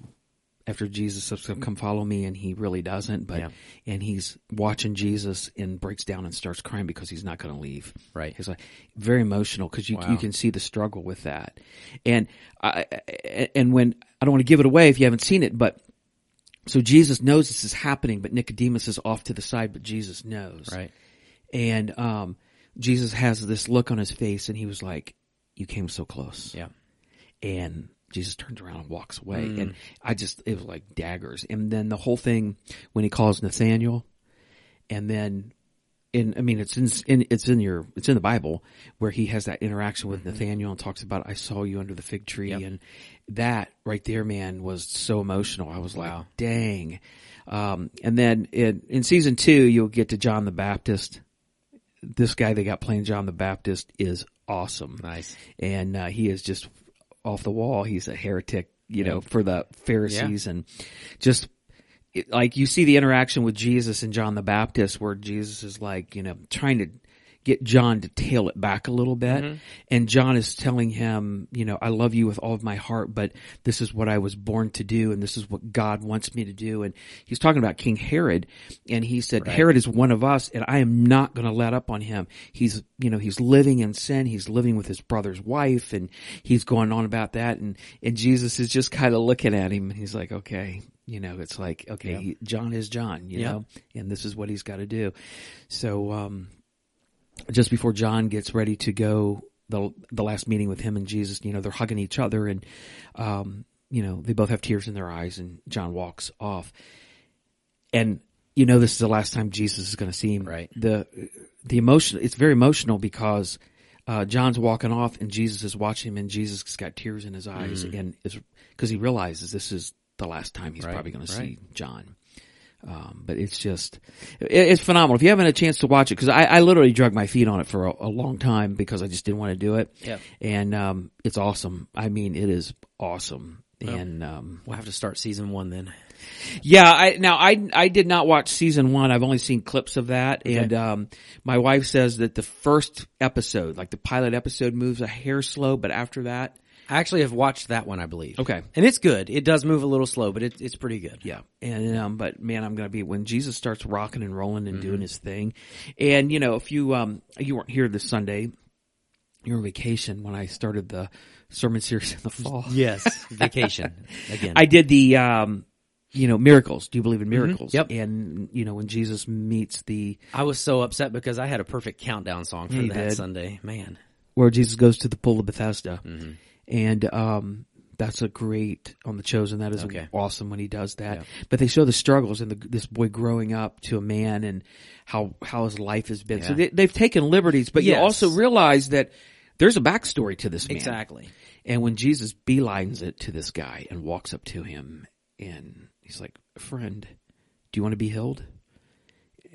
Speaker 2: after Jesus says, "Come follow me," and he really doesn't. But
Speaker 1: Yeah.
Speaker 2: and he's watching Jesus and breaks down and starts crying because he's not going to leave.
Speaker 1: Right.
Speaker 2: It's like very emotional because you you can see the struggle with that, and I I- and when I don't want to give it away if you haven't seen it, but so Jesus knows this is happening, but Nicodemus is off to the side, but Jesus knows,
Speaker 1: Right.
Speaker 2: And um, Jesus has this look on his face, and he was like, "You came so close."
Speaker 1: Yeah.
Speaker 2: and Jesus turns around and walks away. And I just, it was like daggers. And then the whole thing when he calls Nathaniel and then in, I mean, it's in, in it's in your, it's in the Bible where he has that interaction with Nathaniel and talks about, I saw you under the fig tree. And that right there, man, was so emotional. I was like, dang. Um, and then in, in season two, you'll get to John the Baptist. This guy they got playing John the Baptist is awesome
Speaker 1: Nice.
Speaker 2: and uh, he is just off the wall. He's a heretic, you know, for the Pharisees and just it, like you see the interaction with Jesus and John the Baptist, where Jesus is like, you know, trying to get John to tail it back a little bit, and John is telling him, you know, I love you with all of my heart, but this is what I was born to do, and this is what God wants me to do, and he's talking about King Herod, and he said, Herod is one of us, and I am not going to let up on him. He's, you know, he's living in sin. He's living with his brother's wife and he's going on about that. And, and Jesus is just kind of looking at him and he's like, okay, you know, it's like, okay, he, John is John, you
Speaker 1: Yeah.
Speaker 2: know, and this is what he's got to do. So, um, just before John gets ready to go, the, the last meeting with him and Jesus, you know, they're hugging each other and, um, you know, they both have tears in their eyes and John walks off and you know this is the last time Jesus is going to see him.
Speaker 1: Right.
Speaker 2: The the emotion it's very emotional because uh, John's walking off and Jesus is watching him and Jesus has got tears in his eyes and is because he realizes this is the last time he's probably going to see John. Um, but it's just, it, it's phenomenal. If you haven't had a chance to watch it, cause I, I literally drug my feet on it for a, a long time because I just didn't want to do it.
Speaker 1: Yep.
Speaker 2: And, um, it's awesome. I mean, it is awesome. And, um,
Speaker 1: We'll have to start season one then.
Speaker 2: yeah, I now I I did not watch season one. I've only seen clips of that, and um, my wife says that the first episode, like the pilot episode, moves a hair slow, but after that,
Speaker 1: I actually have watched that one, I believe.
Speaker 2: Okay.
Speaker 1: And it's good. It does move a little slow, but it, it's pretty good.
Speaker 2: yeah. And um, but man, I'm gonna be when Jesus starts rocking and rolling and doing his thing, and you know if you um you weren't here this Sunday, you were on vacation when I started the sermon series in the fall.
Speaker 1: Yes. Vacation. Again.
Speaker 2: I did the, um, you know, miracles. Do you believe in miracles?
Speaker 1: Yep.
Speaker 2: And you know when Jesus meets the
Speaker 1: I was so upset because I had a perfect countdown song for
Speaker 2: you
Speaker 1: that
Speaker 2: did.
Speaker 1: Sunday. Man.
Speaker 2: where Jesus goes to the pool of Bethesda,
Speaker 1: Mm-hmm.
Speaker 2: and um, that's a great on the chosen. That is
Speaker 1: Okay.
Speaker 2: awesome when he does that. But they show the struggles and the, this boy growing up to a man and how how his life has been. So
Speaker 1: Yeah.
Speaker 2: they, they've taken liberties, but
Speaker 1: Yes.
Speaker 2: you also realize that there's a backstory to this man.
Speaker 1: Exactly.
Speaker 2: And when Jesus beelines it to this guy and walks up to him, and he's like, "Friend, do you want to be healed?"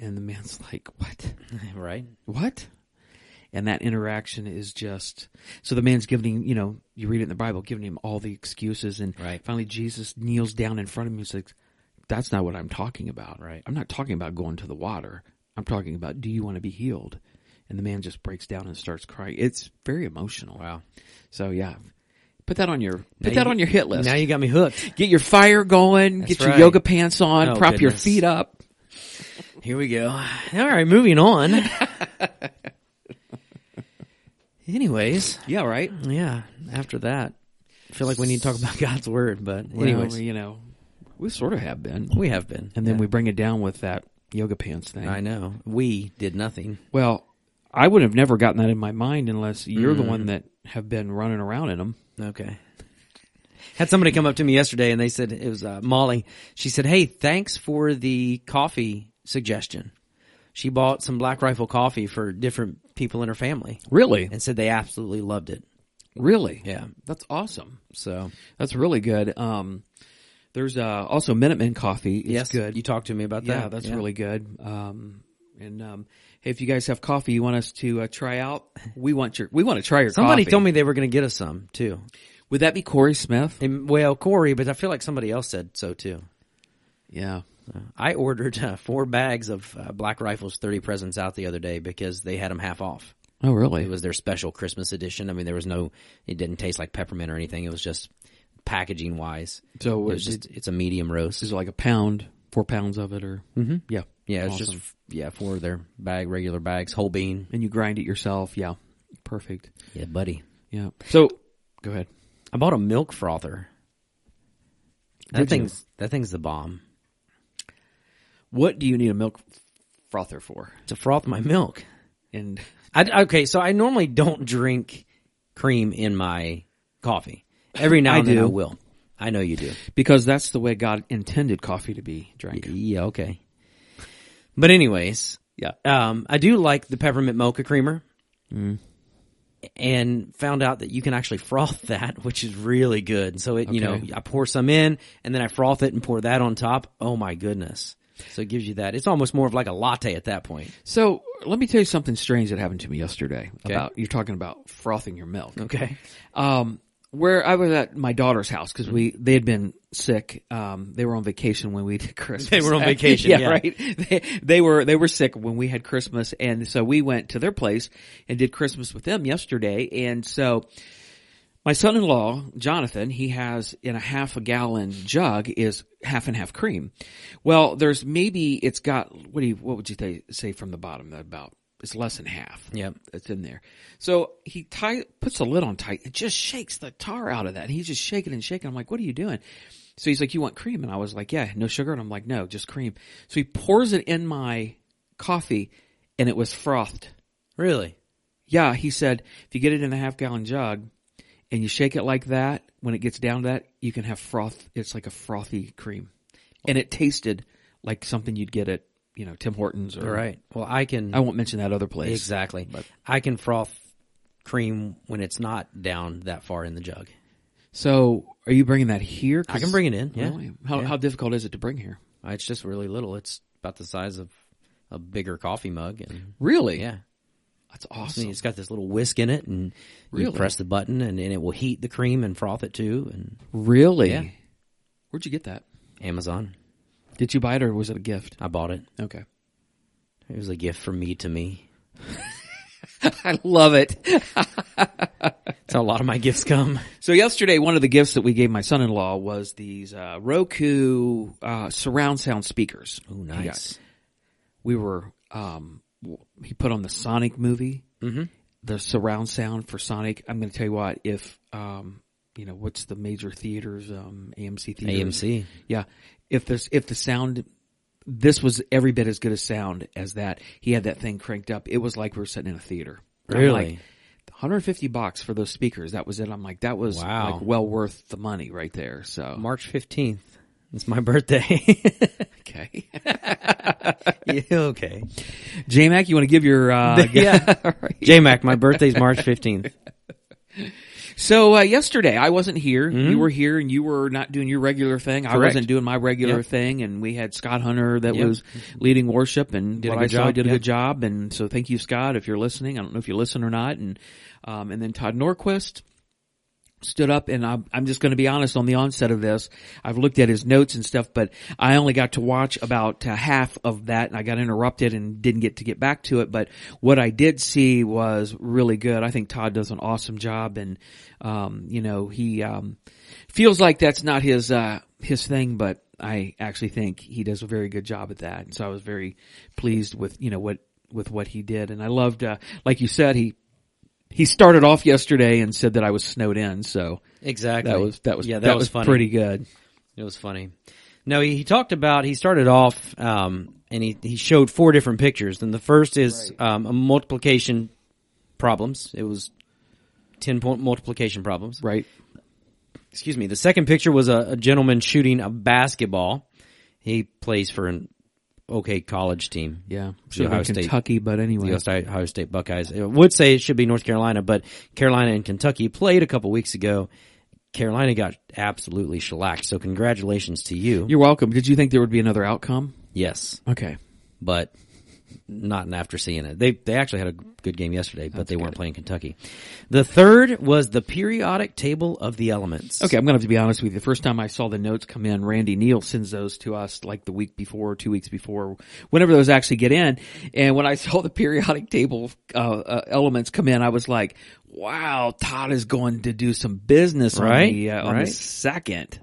Speaker 2: And the man's like, "What?"
Speaker 1: Right?
Speaker 2: what? And that interaction is just so the man's giving him, you know, you read it in the Bible, giving him all the excuses, and
Speaker 1: Right.
Speaker 2: finally Jesus kneels down in front of him and says, "That's not what I'm talking about.
Speaker 1: Right.
Speaker 2: I'm not talking about going to the water. I'm talking about do you want to be healed?" And the man just breaks down and starts crying. It's very emotional.
Speaker 1: Wow.
Speaker 2: So yeah, put that on your put
Speaker 1: you
Speaker 2: that
Speaker 1: get-
Speaker 2: on your hit list.
Speaker 1: Now you got me hooked.
Speaker 2: get your fire going. get your
Speaker 1: right.
Speaker 2: yoga pants on.
Speaker 1: Oh,
Speaker 2: prop your
Speaker 1: goodness.
Speaker 2: feet up.
Speaker 1: Here we go. All right, moving on. Anyways,
Speaker 2: Yeah, right.
Speaker 1: yeah, after that, I feel like we need to talk about God's word, but anyways,
Speaker 2: Anyways, you know, we sort of have been.
Speaker 1: we have been.
Speaker 2: and then we bring it down with that yoga pants thing.
Speaker 1: I know. We did nothing.
Speaker 2: well, I would have never gotten that in my mind unless you're
Speaker 1: Mm-hmm.
Speaker 2: the one that have been running around in them.
Speaker 1: Okay. Had somebody come up to me yesterday and they said, it was uh, Molly. She said, Hey, thanks for the coffee suggestion. She bought some Black Rifle coffee for different people in her family
Speaker 2: Really,
Speaker 1: and said they absolutely loved it.
Speaker 2: really,
Speaker 1: Yeah.
Speaker 2: That's awesome.
Speaker 1: So,
Speaker 2: That's really good. Um, there's uh, also Minutemen coffee. It's
Speaker 1: yes,
Speaker 2: good.
Speaker 1: You talked to me about that.
Speaker 2: yeah, that's really good. Um, and um, hey, if you guys have coffee you want us to uh, try out, we want your we want to try your.
Speaker 1: Somebody
Speaker 2: coffee.
Speaker 1: told me they were going to get us some too.
Speaker 2: Would that be Corey Smith?
Speaker 1: And, well, Corey, but I feel like somebody else said so too.
Speaker 2: Yeah.
Speaker 1: I ordered uh, four bags of uh, Black Rifle's 30 presents out the other day because they had them half off.
Speaker 2: Oh, really?
Speaker 1: It was their special Christmas edition. I mean, there was no, it didn't taste like peppermint or anything. It was just packaging wise.
Speaker 2: So
Speaker 1: it was
Speaker 2: was
Speaker 1: just, it's a medium roast.
Speaker 2: is it like a pound, four pounds of it, or
Speaker 1: Mm-hmm.
Speaker 2: yeah,
Speaker 1: Yeah, it's just, yeah, four of their bag, regular bags, whole bean.
Speaker 2: and you grind it yourself. Yeah, perfect.
Speaker 1: Yeah, buddy.
Speaker 2: Yeah. So go ahead.
Speaker 1: I bought a milk frother.
Speaker 2: Did
Speaker 1: That
Speaker 2: you?
Speaker 1: thing's, that thing's the bomb.
Speaker 2: What do you need a milk frother for?
Speaker 1: To froth my milk.
Speaker 2: And
Speaker 1: I, okay, so I normally don't drink cream in my coffee. Every now
Speaker 2: I
Speaker 1: and then I
Speaker 2: do.
Speaker 1: will. I know you do.
Speaker 2: because that's the way God intended coffee to be drank.
Speaker 1: Yeah, okay. But anyways,
Speaker 2: Yeah.
Speaker 1: um, I do like the peppermint mocha creamer, Mm. and found out that you can actually froth that, which is really good. So it, you know,
Speaker 2: Okay.
Speaker 1: I pour some in, and then I froth it and pour that on top. Oh my goodness! So it gives you that. It's almost more of like a latte at that point.
Speaker 2: So let me tell you something strange that happened to me yesterday about you're talking about frothing your milk.
Speaker 1: Okay.
Speaker 2: Um, where I was at my daughter's house because we they had been sick. Um, they were on vacation when we did Christmas.
Speaker 1: They were on vacation, yeah.
Speaker 2: right. They, they were they were sick when we had Christmas, and so we went to their place and did Christmas with them yesterday. And so my son-in-law jonathan he has in a half a gallon jug is half and half cream well there's maybe it's got what do you what would you say, say from the bottom about it's less than half
Speaker 1: Yep.
Speaker 2: it's in there so he tie, puts the lid on tight and just shakes the tar out of that and he's just shaking and shaking i'm like what are you doing so he's like you want cream and i was like yeah no sugar and i'm like no just cream so he pours it in my coffee and it was frothed
Speaker 1: Really?
Speaker 2: yeah, he said, if you get it in a half gallon jug and you shake it like that, when it gets down to that, you can have froth. It's like a frothy cream. And it tasted like something you'd get at, you know, Tim Hortons or,
Speaker 1: All right. Well, Mm. I can
Speaker 2: I won't mention that other place.
Speaker 1: exactly. I can froth cream when it's not down that far in the jug.
Speaker 2: So are you bringing that here? 'Cause-
Speaker 1: I can bring it in. Yeah,
Speaker 2: Really? How, how difficult is it to bring here?
Speaker 1: Uh, it's just really little. It's about the size of a bigger coffee mug, and
Speaker 2: Really?
Speaker 1: yeah,
Speaker 2: That's
Speaker 1: I mean,
Speaker 2: awesome.
Speaker 1: it's got this little whisk in it, and you
Speaker 2: Really?
Speaker 1: press the button, and, and it will heat the cream and froth it too. And
Speaker 2: Really?
Speaker 1: Yeah.
Speaker 2: Where'd you get that?
Speaker 1: Amazon,
Speaker 2: Did you buy it or was it a gift?
Speaker 1: I bought it.
Speaker 2: Okay.
Speaker 1: It was a gift from me to me.
Speaker 2: I love it.
Speaker 1: That's how a lot of my gifts come.
Speaker 2: So yesterday, one of the gifts that we gave my son-in-law was these uh, Roku uh, surround sound speakers.
Speaker 1: Oh,
Speaker 2: He
Speaker 1: nice.
Speaker 2: got- we were um w- he put on the Sonic movie. Mm-hmm. The surround sound for Sonic. I'm going to tell you what, if um you know, what's the major theaters um AMC theaters?
Speaker 1: AMC.
Speaker 2: Yeah. If there's if the sound this was every bit as good a sound as that. He had that thing cranked up. It was like we were sitting in a theater. I'm
Speaker 1: Really?
Speaker 2: like, 150 bucks for those speakers. That was it. I'm like, that was
Speaker 1: Wow.
Speaker 2: like well worth the money right there. So
Speaker 1: March fifteenth. It's my birthday.
Speaker 2: okay,
Speaker 1: yeah, okay.
Speaker 2: J Mac, you want to give your uh,
Speaker 1: Yeah.
Speaker 2: all right.
Speaker 1: J Mac, my birthday's March fifteenth.
Speaker 2: So uh, yesterday I wasn't here. You were here, and you were not doing your regular thing. I
Speaker 1: Mm-hmm. Correct.
Speaker 2: wasn't doing my regular
Speaker 1: Yep.
Speaker 2: thing, and we had Scott Hunter that
Speaker 1: Yep.
Speaker 2: was leading worship, and
Speaker 1: a
Speaker 2: what
Speaker 1: good
Speaker 2: I saw
Speaker 1: job,
Speaker 2: did a
Speaker 1: yeah.
Speaker 2: good job. And so thank you, Scott, if you're listening. I don't know if you listen or not, and um, and then Todd Norquist stood up and I'm, I'm just going to be honest on the onset of this. I've looked at his notes and stuff, but I only got to watch about uh, half of that and I got interrupted and didn't get to get back to it. But what I did see was really good. I think Todd does an awesome job and, um, you know, he, um, feels like that's not his, uh, his thing, but I actually think he does a very good job at that. And so I was very pleased with, you know, what, with what he did. And I loved, uh, like you said, he, he started off yesterday and said that I was snowed in. So
Speaker 1: Exactly.
Speaker 2: that was that was
Speaker 1: yeah. That,
Speaker 2: that,
Speaker 1: was,
Speaker 2: was,
Speaker 1: funny.
Speaker 2: pretty good.
Speaker 1: It was funny. No, he, he talked about he started off um, and he, he showed four different pictures. And the first is um, a multiplication problems. It was ten point multiplication problems.
Speaker 2: Right.
Speaker 1: Excuse me. The second picture was a, a gentleman shooting a basketball. He plays for an okay college team.
Speaker 2: Yeah.
Speaker 1: The
Speaker 2: Should
Speaker 1: Ohio
Speaker 2: have been
Speaker 1: State
Speaker 2: Kentucky, but anyway.
Speaker 1: the Ohio State- Ohio State Buckeyes. I would say it should be North Carolina, but Carolina and Kentucky played a couple weeks ago. Carolina got absolutely shellacked. So congratulations to you.
Speaker 2: You're welcome. Did you think there would be another outcome?
Speaker 1: yes,
Speaker 2: Okay.
Speaker 1: but not after seeing it. They they actually had a good game yesterday, but they weren't playing Kentucky. The third was the periodic table of the elements.
Speaker 2: Okay, I'm gonna have to be honest with you. The first time I saw the notes come in, Randy Neal sends those to us like the week before, two weeks before, whenever those actually get in. And when I saw the periodic table uh, uh, elements come in, I was like, "Wow, Todd is going to do some business
Speaker 1: Right,
Speaker 2: on the uh, on
Speaker 1: right.
Speaker 2: the second.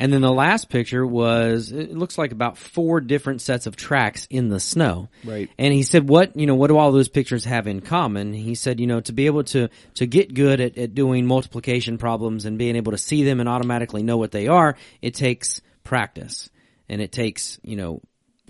Speaker 1: And then the last picture was it looks like about four different sets of tracks in the snow.
Speaker 2: Right.
Speaker 1: And he said, "What you know? What do all those pictures have in common?" He said, "You know, to be able to to get good at, at doing multiplication problems and being able to see them and automatically know what they are, it takes practice and it takes you know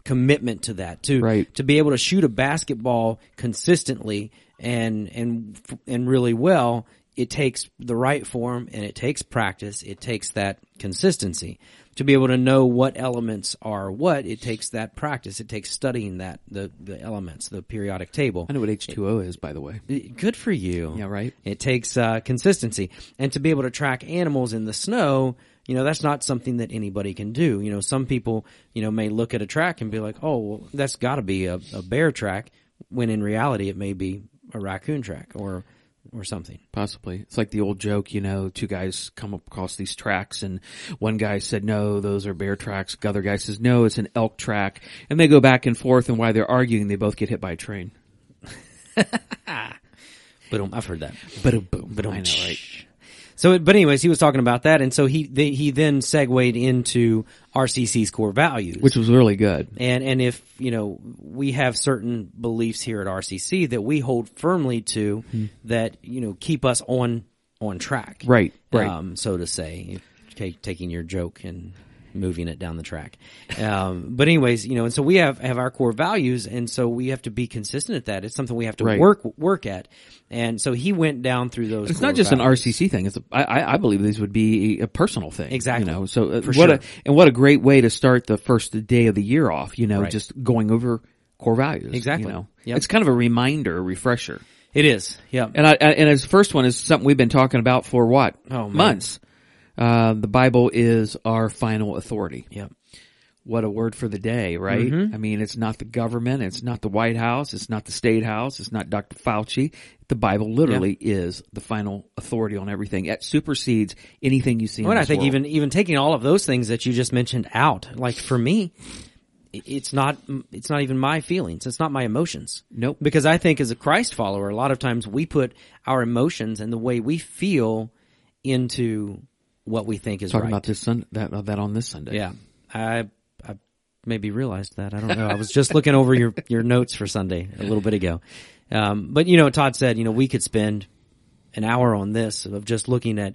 Speaker 1: commitment to that to
Speaker 2: Right.
Speaker 1: to be able to shoot a basketball consistently and and and really well it takes the right form and it takes practice it takes that consistency to be able to know what elements are what it takes that practice it takes studying that the the elements the periodic table
Speaker 2: I know what H2O is, by the way.
Speaker 1: eh, good for you
Speaker 2: Yeah, right.
Speaker 1: it takes uh, consistency, and to be able to track animals in the snow, you know, that's not something that anybody can do. You know, some people, you know, may look at a track and be like, "Oh, well, that's got to be a, a bear track," when in reality, it may be a raccoon track or or something.
Speaker 2: Possibly. It's like the old joke, you know, two guys come across these tracks and one guy said, no, those are bear tracks. The other guy says, no, it's an elk track. And they go back and forth and while they're arguing, they both get hit by a train.
Speaker 1: But um, I've heard that.
Speaker 2: But boom, but I know, right?
Speaker 1: So, it- but anyways, he was talking about that, and so he they, he then segued into RCC's core values,
Speaker 2: Which was really good.
Speaker 1: And and if you know we have certain beliefs here at RCC that we hold firmly to,
Speaker 2: Hmm.
Speaker 1: that you know keep us on on track,
Speaker 2: Right, right.
Speaker 1: Um, so to say, ta- taking your joke and moving it down the track. Um, but anyways, you know, and so we have have our core values, and so we have to be consistent at that. It's something we have to
Speaker 2: Right.
Speaker 1: work work at. And so he went down through those.
Speaker 2: It's not just an RCC thing. It's a, I, I- I believe these would be a personal thing.
Speaker 1: Exactly.
Speaker 2: You know, so uh,
Speaker 1: For
Speaker 2: what
Speaker 1: sure.
Speaker 2: a, and what a great way to start the first day of the year off, you know,
Speaker 1: Right.
Speaker 2: just going over core values.
Speaker 1: Exactly.
Speaker 2: You know?
Speaker 1: Yep.
Speaker 2: It's kind of a reminder, a refresher.
Speaker 1: It is. Yep.
Speaker 2: And I, I- and his first one is something we've been talking about for what
Speaker 1: Oh, man.
Speaker 2: months. Uh, the Bible is our final authority.
Speaker 1: Yep.
Speaker 2: What a word for the day, right?
Speaker 1: Mm-hmm.
Speaker 2: I mean, it's not the government, it's not the White House, it's not the State House, it's not Dr. Fauci. The Bible literally is the final authority on everything. It supersedes anything you see.
Speaker 1: Well,
Speaker 2: in
Speaker 1: and I
Speaker 2: this
Speaker 1: think
Speaker 2: world.
Speaker 1: even even taking all of those things that you just mentioned out, like for me, i- it's not it's not even my feelings. It's not my emotions.
Speaker 2: Nope.
Speaker 1: Because I think as a Christ follower, a lot of times we put our emotions and the way we feel into what we think is
Speaker 2: talking
Speaker 1: right.
Speaker 2: about this Sun that uh, that on this Sunday.
Speaker 1: yeah, I I maybe realized that. I don't know. I was just looking over your your notes for Sunday a little bit ago. Um, but you know, Todd said, you know, we could spend an hour on this of just looking at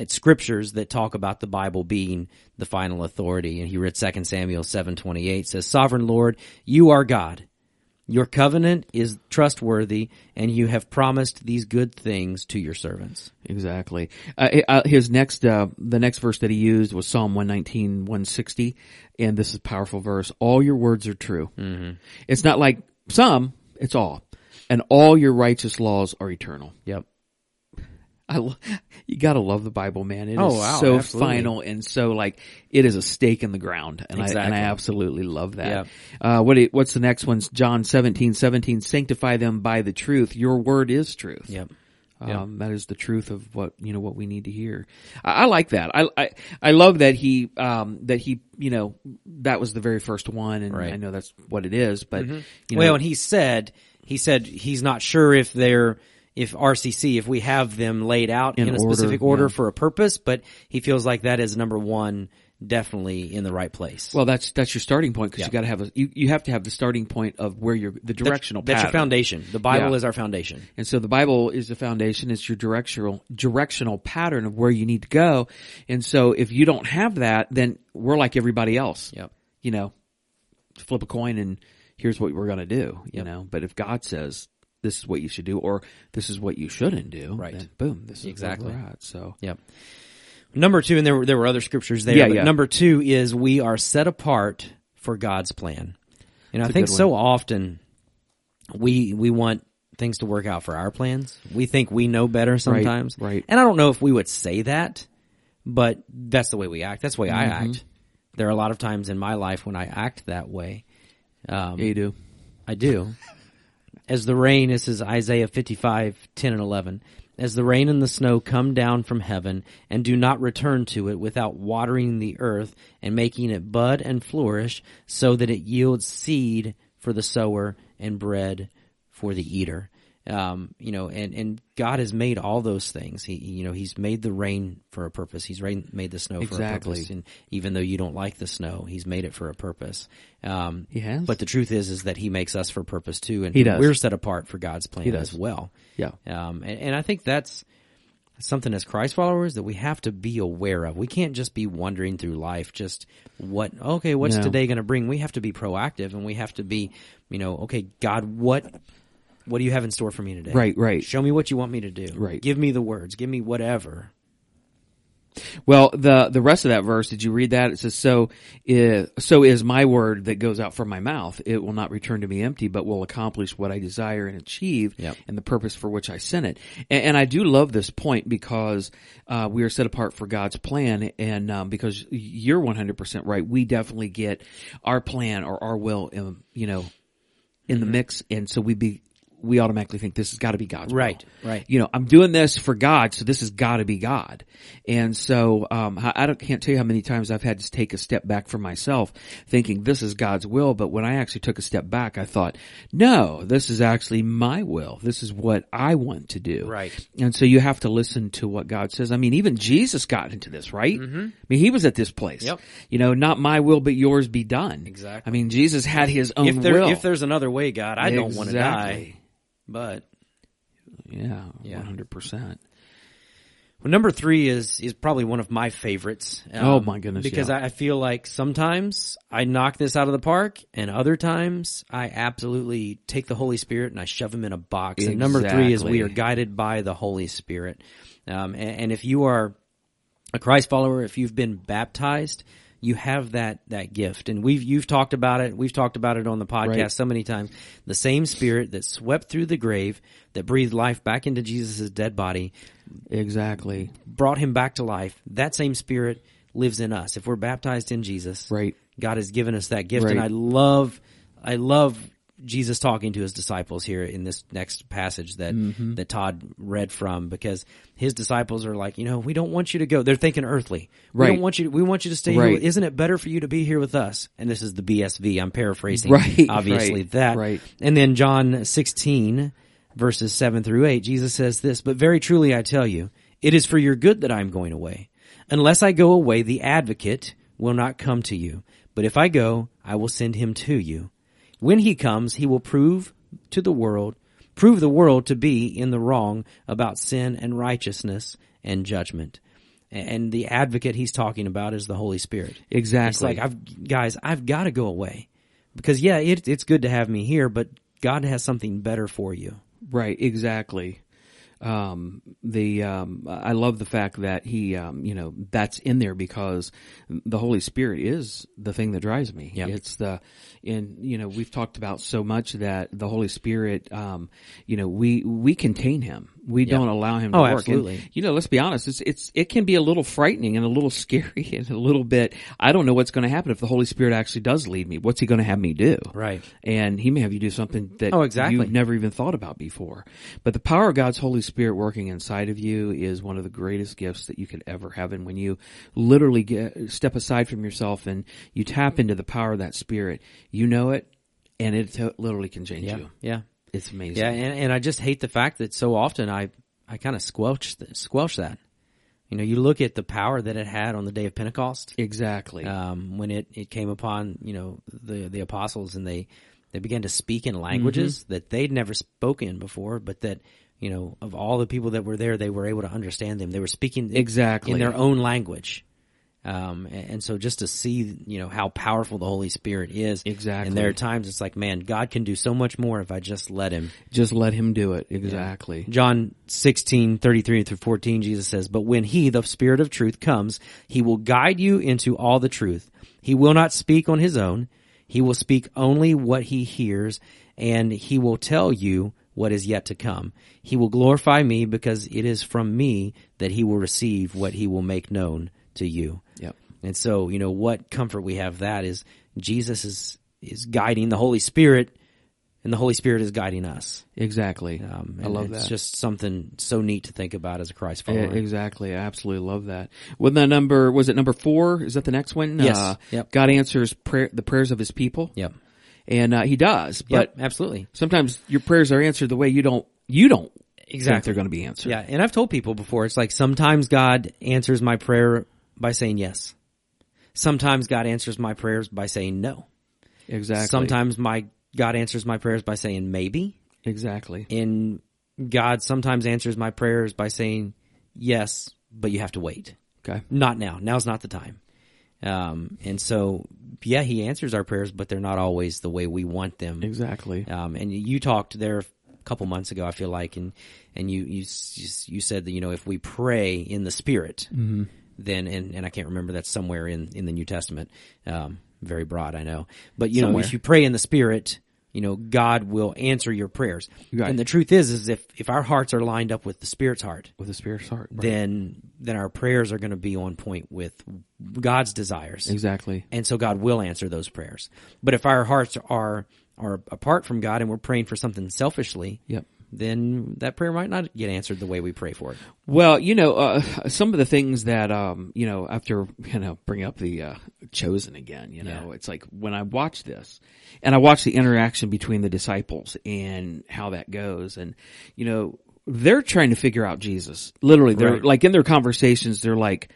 Speaker 1: at scriptures that talk about the Bible being the final authority. And he read 2 Samuel 7:28 says, "Sovereign Lord, you are God. Your covenant is trustworthy, and you have promised these good things to your servants."
Speaker 2: Exactly. Uh, uh, his next, uh, the next verse that he used was Psalm 119, 160. And this is a powerful verse. All your words are true. Mm-hmm. It's not like some, it's all. And all your righteous laws are eternal.
Speaker 1: Yep.
Speaker 2: I lo- you gotta love the Bible, man. It is
Speaker 1: Oh, wow,
Speaker 2: so
Speaker 1: absolutely.
Speaker 2: final and so like it is a stake in the ground, and, I, and
Speaker 1: Exactly.
Speaker 2: I absolutely love that. Uh, what it, what's the next one's John seventeen seventeen? Sanctify them by the truth. Your word is truth.
Speaker 1: Yep.
Speaker 2: Um, that is the truth of what you know what we need to hear. I, I like that. I, I I love that he um that he you know that was the very first one, and
Speaker 1: Right. Mm-hmm.
Speaker 2: I know that's what it is. But you know,
Speaker 1: Well, and he said he said he's not sure if they're if RCC if we have them laid out in, a
Speaker 2: order,
Speaker 1: specific order
Speaker 2: yeah.
Speaker 1: for a purpose, but he feels like that is number one, definitely in the right place.
Speaker 2: well, that's that's your starting point because you got to have a you, you have to have the starting point of where you're the directional
Speaker 1: that's your
Speaker 2: pattern.
Speaker 1: foundation. The Bible
Speaker 2: Yeah.
Speaker 1: is our foundation.
Speaker 2: And so the Bible is the foundation. It's your directional, directional pattern of where you need to go. And so if you don't have that, then we're like everybody else.
Speaker 1: Yep.
Speaker 2: You know, flip a coin and here's what we're going to do, you know, but if God says this is what you should do or this is what you shouldn't do,
Speaker 1: Right.
Speaker 2: then boom, this is
Speaker 1: Exactly.
Speaker 2: exactly where we're at. So
Speaker 1: Yep. Number two, and there were there were other scriptures there.
Speaker 2: Yeah,
Speaker 1: but
Speaker 2: yeah.
Speaker 1: Number two is we are set apart for God's plan, and I
Speaker 2: a
Speaker 1: think
Speaker 2: good
Speaker 1: so often we we want things to work out for our plans. We think we know better sometimes,
Speaker 2: right.
Speaker 1: And I don't know if we would say that, but that's the way we act. That's the way I
Speaker 2: Mm-hmm.
Speaker 1: act. There are a lot of times in my life when I act that way. Um,
Speaker 2: yeah, you do.
Speaker 1: I do. As the rain, this is Isaiah 55, 10 and 11. As the rain and the snow come down from heaven and do not return to it without watering the earth and making it bud and flourish so that it yields seed for the sower and bread for the eater. Um, you know, and, and God has made all those things. He, you know, He's made the rain for a purpose. He's rain, made the snow for a
Speaker 2: Exactly.
Speaker 1: purpose. And even though you don't like the snow, He's made it for a purpose. Um,
Speaker 2: He has.
Speaker 1: But the truth is, is that He makes us for purpose too, and
Speaker 2: He does.
Speaker 1: we're set apart for God's plan as
Speaker 2: does.
Speaker 1: well.
Speaker 2: Yeah.
Speaker 1: Um, and, and I think that's something as Christ followers that we have to be aware of. We can't just be wandering through life, just what okay, what's
Speaker 2: No.
Speaker 1: today going to bring? We have to be proactive, and we have to be, you know, okay, God, what what do you have in store for me today?
Speaker 2: Right, right.
Speaker 1: Show me what you want me to do.
Speaker 2: Right.
Speaker 1: Give me the words. Give me whatever.
Speaker 2: Well, the the rest of that verse, did you read that? It says, "So is, so is my word that goes out from my mouth; it will not return to me empty, but will accomplish what I desire and achieve,
Speaker 1: Yep.
Speaker 2: and the purpose for which I sent it." And, and I do love this point because uh, we are set apart for God's plan, and um, because you're 100 percent right, we definitely get our plan or our will, in, you know, in
Speaker 1: Mm-hmm.
Speaker 2: the mix, and so we be. We automatically think this has got to be God's will.
Speaker 1: Right, right.
Speaker 2: You know, I'm doing this for God, so this has got to be God. And so, um, I, I don't, can't tell you how many times I've had to take a step back for myself, thinking this is God's will. But when I actually took a step back, I thought, no, this is actually my will. This is what I want to do.
Speaker 1: Right.
Speaker 2: And so you have to listen to what God says. I mean, even Jesus got into this, right? Mm-hmm. I mean, he was at this place.
Speaker 1: Yep.
Speaker 2: You know, not my will, but yours be done.
Speaker 1: Exactly.
Speaker 2: I mean, Jesus had his own
Speaker 1: If there
Speaker 2: will.
Speaker 1: if there's another way, God, I don't want to die.
Speaker 2: Exactly.
Speaker 1: But
Speaker 2: Yeah,
Speaker 1: Yeah.
Speaker 2: one hundred percent.
Speaker 1: Well, number three is is probably one of my favorites. um,
Speaker 2: Oh, my goodness,
Speaker 1: Because
Speaker 2: yeah.
Speaker 1: I I feel like sometimes I knock this out of the park, and other times I absolutely take the Holy Spirit and I shove him in a box. And number three is we
Speaker 2: Exactly.
Speaker 1: are guided by the Holy Spirit. Um, and, and if you are a Christ follower, if you've been baptized, you have that that gift, and we've you've talked about it. We've talked about it on the podcast
Speaker 2: Right.
Speaker 1: so many times. The same Spirit that swept through the grave, that breathed life back into Jesus' dead body,
Speaker 2: Exactly.
Speaker 1: brought him back to life. That same Spirit lives in us. If we're baptized in Jesus,
Speaker 2: Right.
Speaker 1: God has given us that gift, and
Speaker 2: Right.
Speaker 1: I love, I love Jesus talking to his disciples here in this next passage that
Speaker 2: Mm-hmm.
Speaker 1: that Todd read from because his disciples are like, you know, we don't want you to go. They're thinking earthly. We
Speaker 2: Right.
Speaker 1: don't want you. To, we want you to stay.
Speaker 2: Right.
Speaker 1: Here. Isn't it better for you to be here with us? And this is the BSV. I'm paraphrasing,
Speaker 2: Right,
Speaker 1: Obviously,
Speaker 2: right,
Speaker 1: that
Speaker 2: right.
Speaker 1: and then John 16 verses 7 through 8, Jesus says this, but very truly I tell you, it is for your good that I am going away. Unless I go away, the advocate will not come to you. But if I go, I will send him to you. When he comes, he will prove to the world, prove the world to be in the wrong about sin and righteousness and judgment. And the advocate he's talking about is the Holy Spirit. It's
Speaker 2: Exactly.
Speaker 1: like I've guys, I've got to go away because yeah, it, it's good to have me here, but God has something better for you.
Speaker 2: Right, exactly. Um, the um, I love the fact that he, um, you know, that's in there because the Holy Spirit is the thing that drives me.
Speaker 1: Yep.
Speaker 2: It's the, and you know, we've talked about so much that the Holy Spirit, um, you know, we we contain him. We don't allow him to
Speaker 1: Oh,
Speaker 2: work. And,
Speaker 1: absolutely.
Speaker 2: you know, let's be honest. It's it's it can be a little frightening and a little scary and a little bit. I don't know what's going to happen if the Holy Spirit actually does lead me. What's he going to have me do?
Speaker 1: Right.
Speaker 2: and he may have you do something that
Speaker 1: Oh, exactly.
Speaker 2: you've never even thought about before. But the power of God's Holy Spirit working inside of you is one of the greatest gifts that you could ever have. And when you literally get, step aside from yourself and you tap into the power of that Spirit, you know it, and it to- literally can change you.
Speaker 1: Yeah.
Speaker 2: It's amazing.
Speaker 1: Yeah. And, and I just hate the fact that so often I, I kind of squelch, th- squelch that. You know, you look at the power that it had on the day of Pentecost.
Speaker 2: Exactly.
Speaker 1: um, when it, it came upon you know the the apostles and they they began to speak in languages that they'd never spoken before, but that you know of all the people that were there, they were able to understand them. They were speaking in-
Speaker 2: Exactly.
Speaker 1: in their own language. Um, a- and, so just to see, you know, how powerful the Holy Spirit is.
Speaker 2: Exactly.
Speaker 1: And there are times it's like, man, God can do so much more if I just let him.
Speaker 2: Just let Him do it. Exactly.
Speaker 1: John 16, 33 through 14, Jesus says, But when he, the Spirit of truth, comes, he will guide you into all the truth. He will not speak on his own. He will speak only what he hears, and he will tell you what is yet to come. He will glorify me because it is from me that he will receive what he will make known to you.
Speaker 2: Yep.
Speaker 1: And so, you know, what comfort we have that is Jesus is, is guiding the Holy Spirit, and the Holy Spirit is guiding us.
Speaker 2: Exactly.
Speaker 1: Um,
Speaker 2: I
Speaker 1: and
Speaker 2: love
Speaker 1: it's
Speaker 2: that.
Speaker 1: just something so neat to think about as a Christ
Speaker 2: Yeah,
Speaker 1: follower.
Speaker 2: eh, exactly. I absolutely love that. Wasn't that number, was it number four? Is that the next one?
Speaker 1: Yes.
Speaker 2: Uh,
Speaker 1: Yep.
Speaker 2: God answers prayer, the prayers of his people.
Speaker 1: yep.
Speaker 2: And, uh, he does,
Speaker 1: Yep.
Speaker 2: but
Speaker 1: Absolutely.
Speaker 2: sometimes your prayers are answered the way you don't, you don't think
Speaker 1: Exactly.
Speaker 2: they're going to be answered.
Speaker 1: Yeah. And I've told people before, it's like sometimes God answers my prayer by saying yes. Sometimes God answers my prayers by saying no.
Speaker 2: Exactly.
Speaker 1: Sometimes my God answers my prayers by saying maybe.
Speaker 2: Exactly.
Speaker 1: And God sometimes answers my prayers by saying yes, but you have to wait.
Speaker 2: Okay.
Speaker 1: Not now. Now's not the time. Um, and so, yeah, he answers our prayers, but they're not always the way we want them.
Speaker 2: Exactly.
Speaker 1: Um, and you talked there a couple months ago, I feel like, and and you you s- you said that you know if we pray in the Spirit,
Speaker 2: Mm-hmm.
Speaker 1: then and and I can't remember that's somewhere in in the New Testament. Um, very broad, I know, but you know
Speaker 2: Somewhere.
Speaker 1: if you pray in the Spirit. You know, God will answer your prayers.
Speaker 2: Right.
Speaker 1: And the truth is, is if, if our hearts are lined up with the Spirit's heart,
Speaker 2: With a spirit's heart. Right.
Speaker 1: then, then our prayers are going to be on point with God's desires.
Speaker 2: Exactly.
Speaker 1: And so God will answer those prayers. But if our hearts are are apart from God and we're praying for something selfishly,
Speaker 2: Yep.
Speaker 1: then that prayer might not get answered the way we pray for it.
Speaker 2: Well, you know, uh, some of the things that, um, you know, after, you know, bring up the, uh, chosen again, you know, it's like when I watch this and I watch the interaction between the disciples and how that goes and, you know, they're trying to figure out Jesus. Literally, they're
Speaker 1: Right.
Speaker 2: like in their conversations, they're like,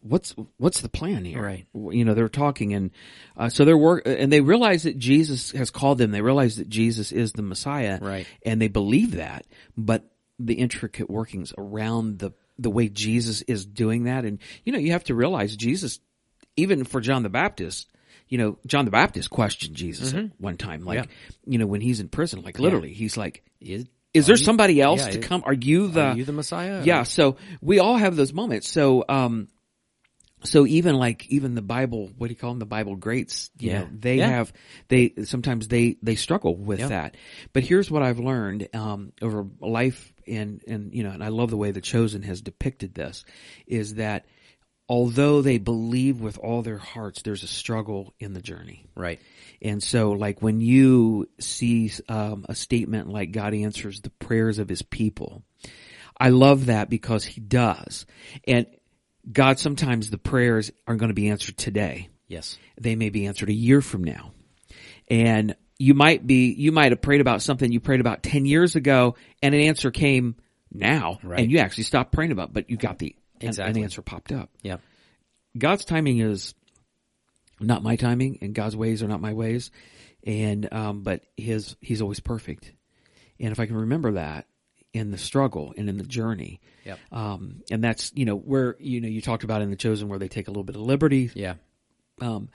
Speaker 2: what's what's the plan here?
Speaker 1: Right.
Speaker 2: You know, they're talking and uh, so they're work and they realize that Jesus has called them. They realize that Jesus is the Messiah.
Speaker 1: Right.
Speaker 2: And they believe that, but the intricate workings around the the way Jesus is doing that and you know, you have to realize Jesus even for John the Baptist you know, John the Baptist questioned Jesus
Speaker 1: Mm-hmm.
Speaker 2: at one time, like, you know, when he's in prison, like literally, he's like,
Speaker 1: Is
Speaker 2: is there somebody else
Speaker 1: yeah,
Speaker 2: to
Speaker 1: it-
Speaker 2: come? Are you the,
Speaker 1: are you the Messiah?
Speaker 2: yeah, so we all have those moments. So um so even like even the Bible, what do you call them? The Bible greats. You
Speaker 1: Yeah.
Speaker 2: know, they
Speaker 1: Yeah.
Speaker 2: have they sometimes they they struggle with that. But here's what I've learned um, over life, and and you know, and I love the way the Chosen has depicted this, is that although they believe with all their hearts, there's a struggle in the journey.
Speaker 1: Right.
Speaker 2: And so, like when you see um, a statement like God answers the prayers of His people, I love that because He does. And God sometimes the prayers aren't going to be answered today;
Speaker 1: Yes.
Speaker 2: they may be answered a year from now. And you might be you might have prayed about something you prayed about ten years ago, and an answer came now,
Speaker 1: Right.
Speaker 2: and you actually stopped praying about, it, but you got the and- and
Speaker 1: Exactly.
Speaker 2: the answer popped up.
Speaker 1: Yep.
Speaker 2: God's timing is not my timing, and God's ways are not my ways. And um, but His He's always perfect. And if I can remember that in the struggle and in the journey,
Speaker 1: Yep.
Speaker 2: um, and that's you know where you know you talked about in the chosen where they take a little bit of liberty.
Speaker 1: Yeah.
Speaker 2: Um,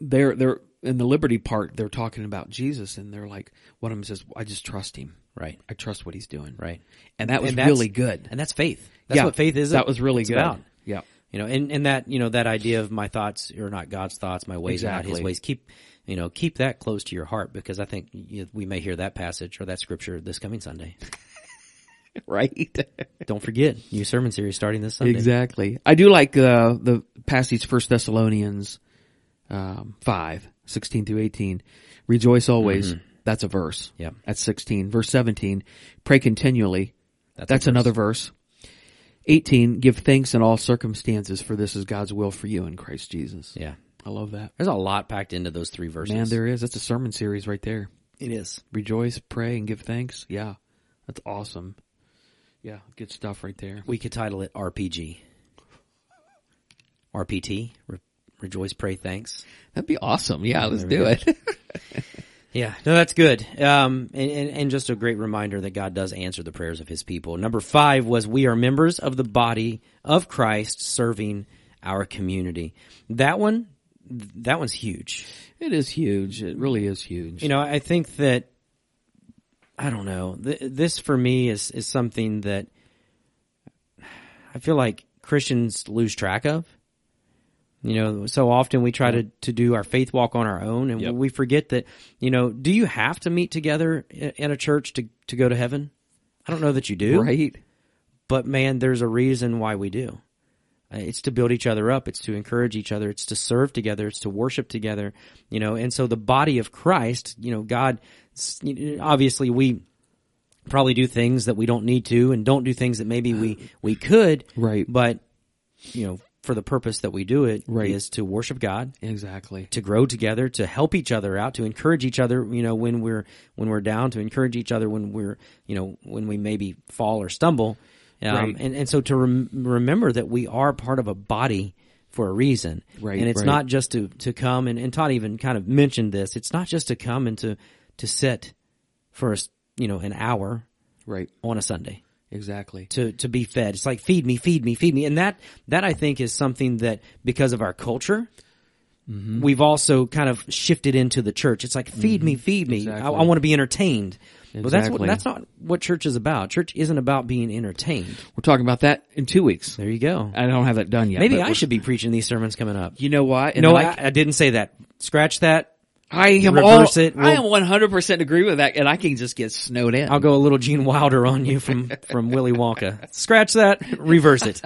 Speaker 2: they're they're in the liberty part. They're talking about Jesus, and they're like, one of them says, "I just trust Him.
Speaker 1: Right.
Speaker 2: I trust what He's doing."
Speaker 1: Right.
Speaker 2: And that was
Speaker 1: And that's-
Speaker 2: really good.
Speaker 1: And that's faith. That's
Speaker 2: Yeah.
Speaker 1: what faith is.
Speaker 2: That was really
Speaker 1: it's
Speaker 2: good.
Speaker 1: about.
Speaker 2: Yeah.
Speaker 1: You know, and, and that, you know, that idea of my thoughts are not God's thoughts, my ways are not his
Speaker 2: Exactly.
Speaker 1: ways. Keep, you know, keep that close to your heart because I think you know, we may hear that passage or that scripture this coming Sunday.
Speaker 2: Right.
Speaker 1: Don't forget, new sermon series starting this Sunday.
Speaker 2: Exactly. I do like uh, the passage First Thessalonians um, 5, 16 through 18. Rejoice always.
Speaker 1: Mm-hmm.
Speaker 2: That's a verse.
Speaker 1: Yep.
Speaker 2: That's 16. Verse 17, pray continually.
Speaker 1: That's
Speaker 2: That's,
Speaker 1: a verse.
Speaker 2: another verse. 18, give thanks in all circumstances for this is God's will for you in Christ Jesus.
Speaker 1: Yeah.
Speaker 2: I love that.
Speaker 1: There's a lot packed into those three verses.
Speaker 2: Man, there is. That's a sermon series right there.
Speaker 1: it is.
Speaker 2: Rejoice, pray, and give thanks. Yeah. That's awesome. Yeah, good stuff right there.
Speaker 1: We could title it RPG. RPT. Re- Rejoice, pray, thanks.
Speaker 2: That'd be awesome. Yeah, let's do it.
Speaker 1: Yeah, no, that's good. Um, and, and, and just a great reminder that God does answer the prayers of his people. Number five was we are members of the body of Christ serving our community. That one, that one's huge.
Speaker 2: It is huge. It really is huge.
Speaker 1: You know, I think that, I don't know, th- this for me is, is something that I feel like Christians lose track of. You know, so often we try to, to do our faith walk on our own and
Speaker 2: Yep.
Speaker 1: we forget that, you know, do you have to meet together i- in a church to, to go to heaven? I don't know that you do,
Speaker 2: right?
Speaker 1: but man, there's a reason why we do. Uh, It's to build each other up. It's to encourage each other. It's to serve together. It's to worship together, you know, and so the body of Christ, you know, God, s- you know, obviously we probably do things that we don't need to and don't do things that maybe we, we could,
Speaker 2: Right.
Speaker 1: but you know for the purpose that we do it is
Speaker 2: Right.
Speaker 1: to worship god
Speaker 2: Exactly.
Speaker 1: to grow together to help each other out to encourage each other you know when we're when we're down to encourage each other when we're you know when we maybe fall or stumble um,
Speaker 2: Right.
Speaker 1: and and so to rem- remember that we are part of a body for a reason
Speaker 2: Right,
Speaker 1: and it's
Speaker 2: right.
Speaker 1: not just to to come and, and todd even kind of mentioned this it's not just to come and to to sit for a s you know an hour
Speaker 2: Right.
Speaker 1: on a sunday
Speaker 2: Exactly.
Speaker 1: to to be fed. It's like feed me, feed me, feed me, and that that I think is something that because of our culture,
Speaker 2: Mm-hmm.
Speaker 1: we've also kind of shifted into the church. It's like feed me, feed me. I,
Speaker 2: Exactly.
Speaker 1: I want to be entertained. But that's what
Speaker 2: Exactly.
Speaker 1: that's not what church is about. Church isn't about being entertained.
Speaker 2: We're talking about that in two weeks.
Speaker 1: There you go.
Speaker 2: I don't have that done yet.
Speaker 1: Maybe
Speaker 2: but
Speaker 1: I
Speaker 2: we're-
Speaker 1: should be preaching these sermons coming up.
Speaker 2: You know why? And
Speaker 1: no,
Speaker 2: then
Speaker 1: I, I didn't say that. Scratch that.
Speaker 2: I, am
Speaker 1: reverse
Speaker 2: all,
Speaker 1: it.
Speaker 2: I
Speaker 1: We'll-
Speaker 2: am one hundred percent agree with that, and I can just get snowed in.
Speaker 1: I'll go a little Gene Wilder on you from from Willy Wonka. Scratch that. Reverse it.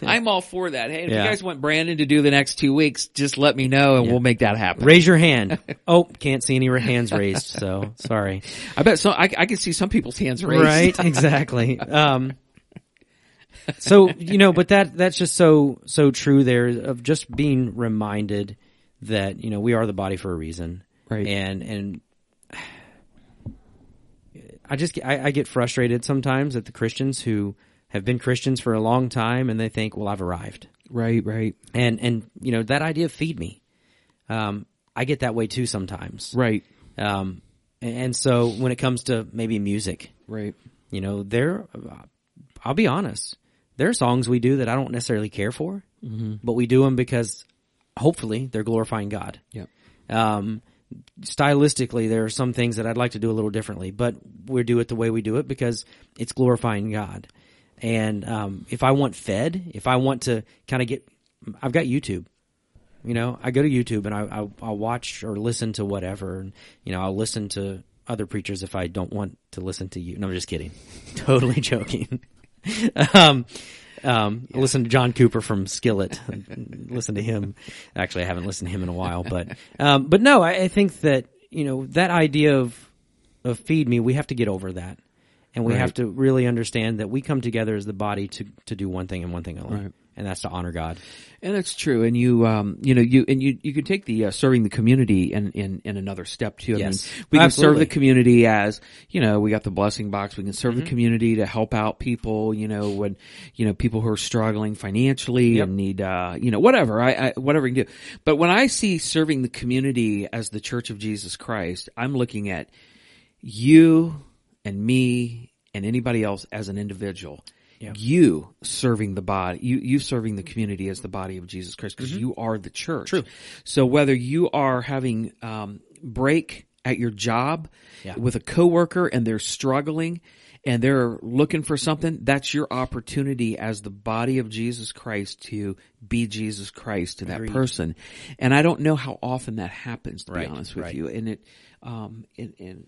Speaker 2: I'm all for that. Hey, if
Speaker 1: Yeah.
Speaker 2: you guys want Brandon to do the next two weeks, just let me know, and we'll make that happen.
Speaker 1: Raise your hand. Oh, can't see any hands raised. So sorry.
Speaker 2: I bet so. I, I can see some people's hands raised.
Speaker 1: Right, exactly. Um, so you know, but that that's just so so true there of just being reminded that you know we are the body for a reason,
Speaker 2: Right.
Speaker 1: And and I just get- I, I get frustrated sometimes at the Christians who have been Christians for a long time and they think, well, I've arrived,
Speaker 2: Right. Right.
Speaker 1: and and you know that idea of feed me. Um, I get that way too sometimes,
Speaker 2: Right.
Speaker 1: um, and, and so when it comes to maybe music,
Speaker 2: Right.
Speaker 1: you know, there, I'll be honest, there are songs we do that I don't necessarily care for, but we do them because hopefully they're glorifying God.
Speaker 2: Yep.
Speaker 1: Um, stylistically, there are some things that I'd like to do a little differently, but we do it the way we do it because it's glorifying God. And um, if I want fed, if I want to kind of get I've got YouTube. You know, I go to YouTube and I, I I'll watch or listen to whatever, and you know, I'll listen to other preachers if I don't want to listen to you. No, I'm just kidding. totally joking. um, um, Listen to John Cooper from Skillet. listen to him. Actually, I haven't listened to him in a while, but um, but no, I, I think that you know that idea of of feed me. We have to get over that, and we
Speaker 2: Right.
Speaker 1: have to really understand that we come together as the body to to do one thing and one thing alone, and that's to honor God.
Speaker 2: And that's true. And you, um, you know, you and you, you can take the uh, serving the community in, in in another step too. I
Speaker 1: Yes.
Speaker 2: mean, we can serve
Speaker 1: Absolutely.
Speaker 2: the community as you know, we got the blessing box. We can serve
Speaker 1: Mm-hmm.
Speaker 2: the community to help out people. You know, when you know people who are struggling financially and need, uh, you know, whatever. I, I whatever you can do. But when I see serving the community as the Church of Jesus Christ, I'm looking at you and me and anybody else as an individual. You serving the body, you, you serving the community as the body of Jesus Christ because
Speaker 1: Mm-hmm.
Speaker 2: you are the church. True. So whether you are having, um, break at your job with a coworker and they're struggling and they're looking for something, that's your opportunity as the body of Jesus Christ to be Jesus Christ to that person. And I don't know how often that happens to
Speaker 1: Right,
Speaker 2: be honest with
Speaker 1: right.
Speaker 2: you. And it, um, and, and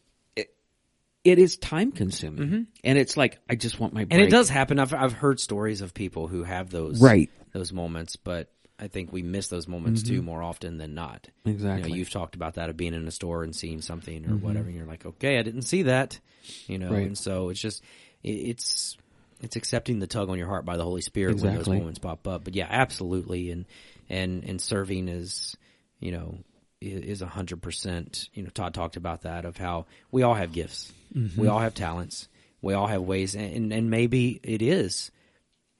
Speaker 2: it is time consuming and it's like i just want my break.
Speaker 1: Mm-hmm. And it does happen. I've I've heard stories of people who have those
Speaker 2: Right. Mm-hmm.
Speaker 1: those moments, but I think we miss those moments too more often than not.
Speaker 2: Exactly. Mm-hmm.
Speaker 1: You have talked about that of being in a store and seeing something or whatever, and you're like, okay, I didn't see that, you know.
Speaker 2: Right.
Speaker 1: And so it's just it, it's it's accepting the tug on your heart by the Holy Spirit when those
Speaker 2: Exactly.
Speaker 1: moments pop up. But yeah, absolutely, and and and serving is you know i- is a hundred percent. You know, Todd talked about that of how we all have gifts, we
Speaker 2: Mm-hmm.
Speaker 1: all have talents, we all have ways, and and, and maybe it is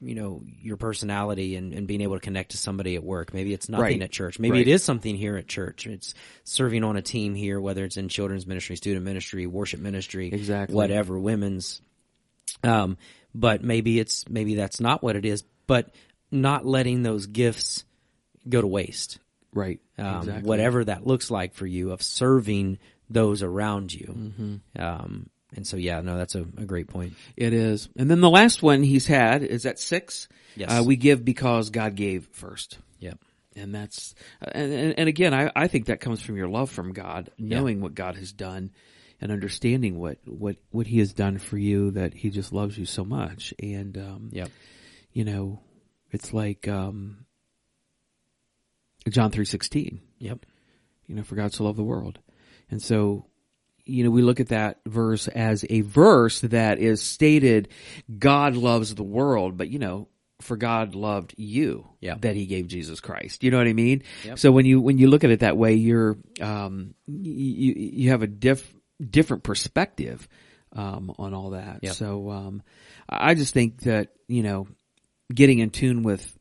Speaker 1: you know your personality and, and being able to connect to somebody at work maybe it's nothing
Speaker 2: Right.
Speaker 1: at church maybe
Speaker 2: Right.
Speaker 1: it is something here at church it's serving on a team here whether it's in children's ministry student ministry worship ministry
Speaker 2: Exactly.
Speaker 1: whatever women's um but maybe it's maybe that's not what it is but not letting those gifts go to waste
Speaker 2: right
Speaker 1: um,
Speaker 2: exactly
Speaker 1: whatever that looks like for you of serving those around you
Speaker 2: Mm-hmm.
Speaker 1: um and so yeah no that's a, a great point
Speaker 2: it is and then the last one he's had is at six
Speaker 1: Yes.
Speaker 2: uh, we give because god gave first
Speaker 1: yep
Speaker 2: and that's uh, and, and, and again I, I think that comes from your love from god knowing what god has done and understanding what what what he has done for you that he just loves you so much and um
Speaker 1: yep
Speaker 2: you know it's like um john 316
Speaker 1: yep
Speaker 2: you know, for God so loved the world. And so, you know, we look at that verse as a verse that is stated, God loves the world, but you know, for God loved you
Speaker 1: Yeah.
Speaker 2: that he gave Jesus Christ. You know what I mean? So when you, when you look at it that way, you're, um, you, you have a diff, different perspective, um, on all that.
Speaker 1: Yeah.
Speaker 2: So, um, I I just think that, you know, getting in tune with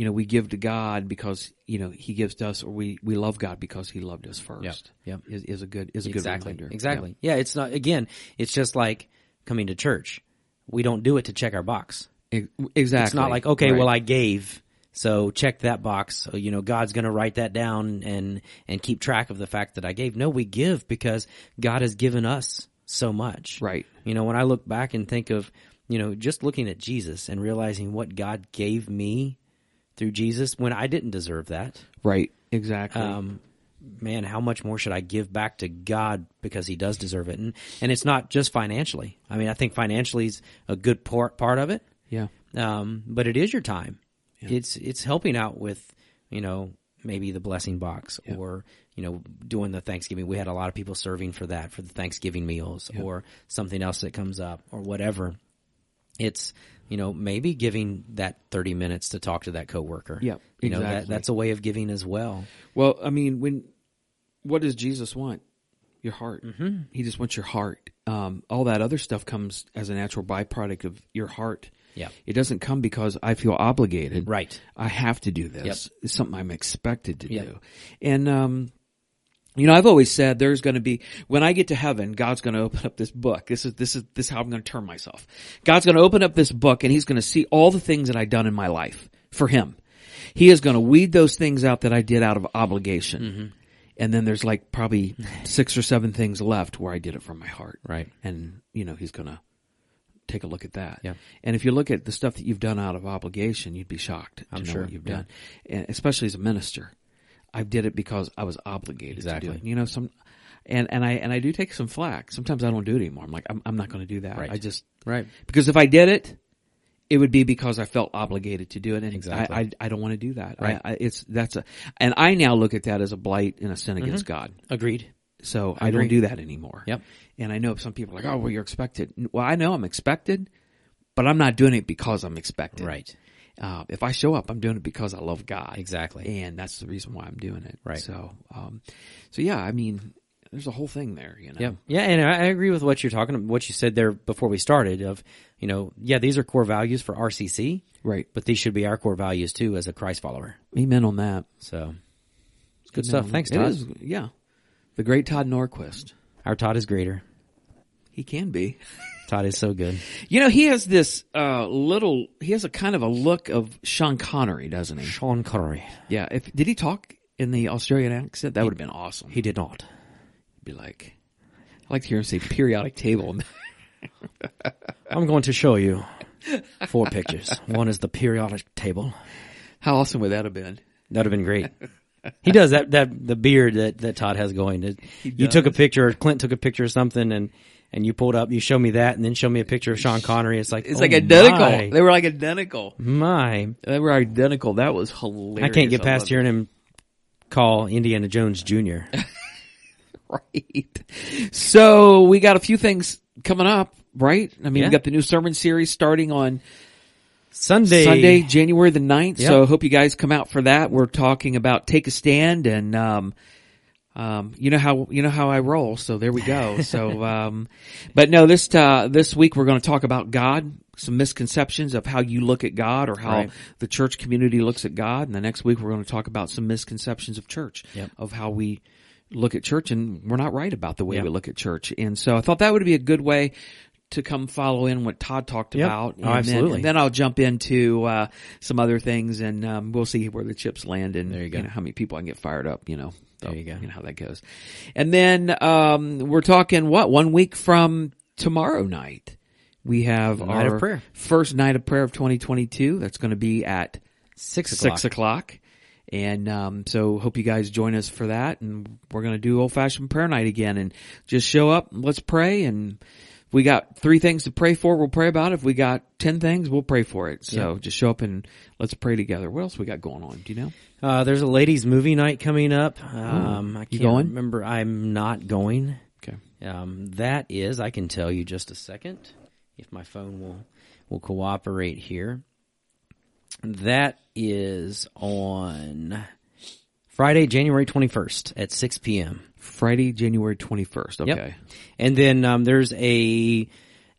Speaker 2: you know we give to god because you know he gives to us or we we love god because he loved us first
Speaker 1: Yep.
Speaker 2: Is, is a good is a
Speaker 1: exactly.
Speaker 2: good reminder
Speaker 1: Exactly. Yeah. it's not again, it's just like coming to church. We don't do it to check our box.
Speaker 2: Yeah. E- exactly
Speaker 1: It's not like, okay, well I gave, so check that box. So, you know, God's going to write that down and and keep track of the fact that I gave. No, we give because God has given us so much.
Speaker 2: Right.
Speaker 1: You know, when I look back and think of, you know, just looking at Jesus and realizing what God gave me through Jesus when I didn't deserve that.
Speaker 2: right exactly
Speaker 1: um, man, how much more should I give back to God because He does deserve it? And and it's not just financially. I mean, I think financially is a good part part of it,
Speaker 2: yeah
Speaker 1: um, but it is your time. It's it's helping out with you know maybe the blessing box or you know doing the Thanksgiving. We had a lot of people serving for that for the Thanksgiving meals or something else that comes up or whatever. It's you know maybe giving that thirty minutes to talk to that coworker.
Speaker 2: Yeah,
Speaker 1: you know that,
Speaker 2: exactly.
Speaker 1: that's a way of giving as well.
Speaker 2: well i mean when what does jesus want your heart mm-hmm. he just wants your heart um, all that other stuff comes as a natural byproduct of your heart
Speaker 1: Yeah.
Speaker 2: it doesn't come because i feel obligated
Speaker 1: Right.
Speaker 2: I have to do this. It's something I'm expected to
Speaker 1: Yep.
Speaker 2: do. And, um, you know, I've always said there's going to be, when I get to heaven, God's going to open up this book. This is, this is, this is how I'm going to turn myself. God's going to open up this book and he's going to see all the things that I've done in my life for him. He is going to weed those things out that I did out of obligation.
Speaker 1: Mm-hmm.
Speaker 2: And then there's like probably six or seven things left where I did it from my heart.
Speaker 1: Right.
Speaker 2: And, you know, he's going to take a look at that.
Speaker 1: Yeah.
Speaker 2: And if you look at the stuff that you've done out of obligation, you'd be shocked to
Speaker 1: I'm
Speaker 2: know
Speaker 1: sure,
Speaker 2: what you've
Speaker 1: yeah.
Speaker 2: done, and especially as a minister. I did it because I was obligated to
Speaker 1: Exactly.
Speaker 2: do it. You know, some, and, and I, and I do take some flack. Sometimes I don't do it anymore. I'm like, I'm, I'm not going to do that.
Speaker 1: Right.
Speaker 2: I just,
Speaker 1: Right.
Speaker 2: because if I did it, it would be because I felt obligated to do it, and
Speaker 1: Exactly.
Speaker 2: I, I I don't want to do that.
Speaker 1: Right.
Speaker 2: I, I, it's that's a, and I now look at that as a blight and a sin
Speaker 1: Mm-hmm.
Speaker 2: against God.
Speaker 1: Agreed.
Speaker 2: So I, don't
Speaker 1: agree.
Speaker 2: do that anymore.
Speaker 1: Yep.
Speaker 2: And I know some people are like, oh, well, you're expected. Well, I know I'm expected, but I'm not doing it because I'm expected.
Speaker 1: Right.
Speaker 2: Uh, if I show up, I'm doing it because I love God.
Speaker 1: Exactly.
Speaker 2: And that's the reason why I'm doing it.
Speaker 1: Right.
Speaker 2: So, um, so yeah, I mean, there's a whole thing there, you know.
Speaker 1: Yeah, yeah, and I I agree with what you're talking, what you said there before we started. Of you know, yeah, these are core values for RCC,
Speaker 2: Right.
Speaker 1: but these should be our core values too as a Christ follower.
Speaker 2: Amen on that.
Speaker 1: So it's good
Speaker 2: Amen
Speaker 1: stuff.
Speaker 2: on
Speaker 1: Thanks,
Speaker 2: that. It
Speaker 1: Todd.
Speaker 2: is, yeah. The great Todd Norquist.
Speaker 1: Our Todd is greater.
Speaker 2: He can be.
Speaker 1: Todd is so good.
Speaker 2: You know, he has this uh, little. He has a kind of a look of Sean Connery, doesn't he?
Speaker 1: Sean Connery.
Speaker 2: Yeah. If did he talk in the Australian accent? That would have been awesome. He'd
Speaker 1: He did not.
Speaker 2: be like, I like to hear him say periodic table.
Speaker 1: I'm going to show you four pictures. One is the periodic table.
Speaker 2: How awesome would that have been?
Speaker 1: That'd have been great. He does that. That the beard that, that Todd has going. It- you took a picture. or Clint took a picture of something, and and you pulled up. You show me that, and then show me a picture of Sean Connery. It's like
Speaker 2: It's
Speaker 1: oh
Speaker 2: like identical.
Speaker 1: my.
Speaker 2: They were like identical.
Speaker 1: My,
Speaker 2: They were identical. That was hilarious.
Speaker 1: I can't get
Speaker 2: love
Speaker 1: past
Speaker 2: it.
Speaker 1: hearing him call Indiana Jones Jr.
Speaker 2: Right. So we got a few things coming up, right? I mean,
Speaker 1: Yeah.
Speaker 2: we got the new sermon series starting on
Speaker 1: Sunday.
Speaker 2: Sunday, January the 9th.
Speaker 1: Yeah.
Speaker 2: So I hope you guys come out for that. We're talking about take a stand and, um, um, you know how, you know how I roll. So there we go. So, um, but no, this, uh, this week we're going to talk about God, some misconceptions of how you look at God or how
Speaker 1: Right.
Speaker 2: the church community looks at God. And the next week we're going to talk about some misconceptions of church,
Speaker 1: Yep.
Speaker 2: of how we look at church and we're not right about the way
Speaker 1: Yep.
Speaker 2: we look at church. And so I thought that would be a good way to come follow in what Todd talked
Speaker 1: Yep.
Speaker 2: about.
Speaker 1: Oh,
Speaker 2: and Then,
Speaker 1: absolutely.
Speaker 2: and then I'll jump into uh, some other things, and um, we'll see where the chips land, and
Speaker 1: There you go.
Speaker 2: know, how many people I can get fired up. You know,
Speaker 1: There you go.
Speaker 2: You know how that goes. And then um, we're talking what one week from tomorrow night. We have
Speaker 1: Night of
Speaker 2: our
Speaker 1: prayer.
Speaker 2: first night of prayer of 2022. That's going to be at
Speaker 1: six o'clock.
Speaker 2: six o'clock. And um, so hope you guys join us for that. And we're going to do old fashioned prayer night again and just show up. and Let's pray. And if we got three things to pray for. We'll pray about it. If we got 10 things, we'll pray for it. So just show up and let's pray together. What else we got going on? Do you know?
Speaker 1: Uh, there's a ladies' movie night coming up. Um, I can't
Speaker 2: going?
Speaker 1: remember. I'm not going.
Speaker 2: Okay.
Speaker 1: Um, that is, I can tell you just a second if my phone will will cooperate here. That is on Friday, January 21st at 6 p.m.
Speaker 2: Friday, January 21st.
Speaker 1: Yep.
Speaker 2: Okay.
Speaker 1: And then um, there's a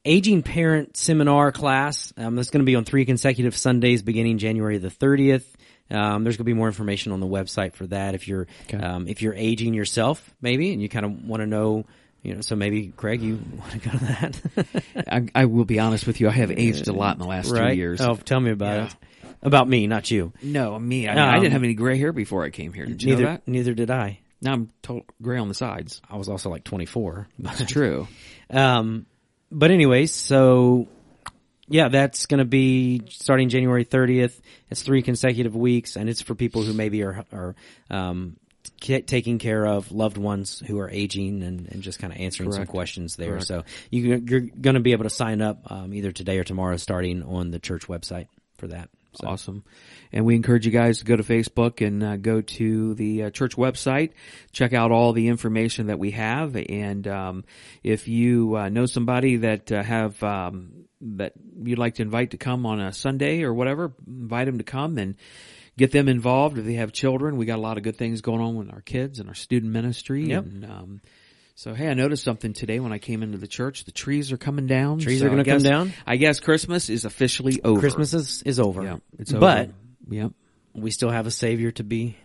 Speaker 1: aging parent seminar class um, that's going to be on three consecutive Sundays beginning January the 30th. Um, there's going to be more information on the website for that if you're um, if you're aging yourself maybe and you kind of want to know you know so maybe Craig you want to go to that
Speaker 2: I, I will be honest with you. I have aged a lot in the last
Speaker 1: right
Speaker 2: two years.
Speaker 1: oh tell me about it about me not you
Speaker 2: No, me. I, mean, I
Speaker 1: Um,
Speaker 2: didn't have any gray hair before I came here. Did you
Speaker 1: neither
Speaker 2: know that?
Speaker 1: neither did I
Speaker 2: Now I'm total gray on the sides.
Speaker 1: I was also like 24
Speaker 2: It's true.
Speaker 1: Um, but anyways, so yeah, that's going to be starting January 30th. It's three consecutive weeks and it's for people who maybe are, are, um, ca- taking care of loved ones who are aging and, and just kind of answering
Speaker 2: Correct.
Speaker 1: some questions there. So you, you're going to be able to sign up, um, either today or tomorrow starting on the church website for that. So
Speaker 2: Awesome. And we encourage you guys to go to Facebook and uh, go to the uh, church website, check out all the information that we have. And um, if you uh, know somebody that uh, have um, that you'd like to invite to come on a Sunday or whatever, invite them to come and get them involved. If they have children, we got a lot of good things going on with our kids and our student ministry.
Speaker 1: Yep.
Speaker 2: And, um, so hey, I noticed something today when I came into the church. The trees are coming down.
Speaker 1: Trees
Speaker 2: So
Speaker 1: are gonna
Speaker 2: I guess-
Speaker 1: come down?
Speaker 2: I guess Christmas is officially over.
Speaker 1: Christmas is, is over.
Speaker 2: Yeah, it's
Speaker 1: But
Speaker 2: over. yep,
Speaker 1: we still have a savior to be,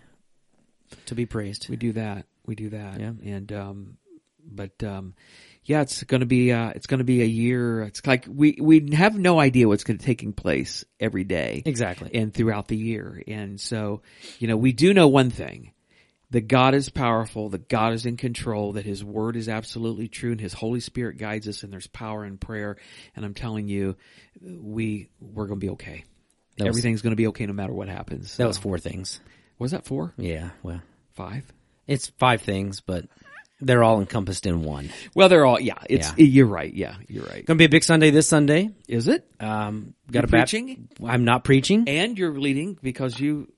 Speaker 1: to be praised.
Speaker 2: we do that. We do that.
Speaker 1: Yeah.
Speaker 2: and um, but um, yeah, it's gonna be uh, it's gonna be a year. It's like we we have no idea what's gonna taking place every day
Speaker 1: Exactly.
Speaker 2: and throughout the year. And so, you know, we do know one thing. that God is powerful, that God is in control, that His Word is absolutely true, and His Holy Spirit guides us, and there's power in prayer. And I'm telling you, we we're going to be okay.
Speaker 1: That was-
Speaker 2: Everything's going to be okay no matter what happens.
Speaker 1: That was four things.
Speaker 2: was that four,
Speaker 1: Yeah, well,
Speaker 2: five?
Speaker 1: it's five things, but they're all encompassed in one.
Speaker 2: Well, they're all yeah. It's you're right. Yeah, you're right.
Speaker 1: Going to be a big Sunday this Sunday.
Speaker 2: Is it?
Speaker 1: Um, got
Speaker 2: You're
Speaker 1: a bap-
Speaker 2: preaching?
Speaker 1: I'm not preaching.
Speaker 2: And you're leading because you,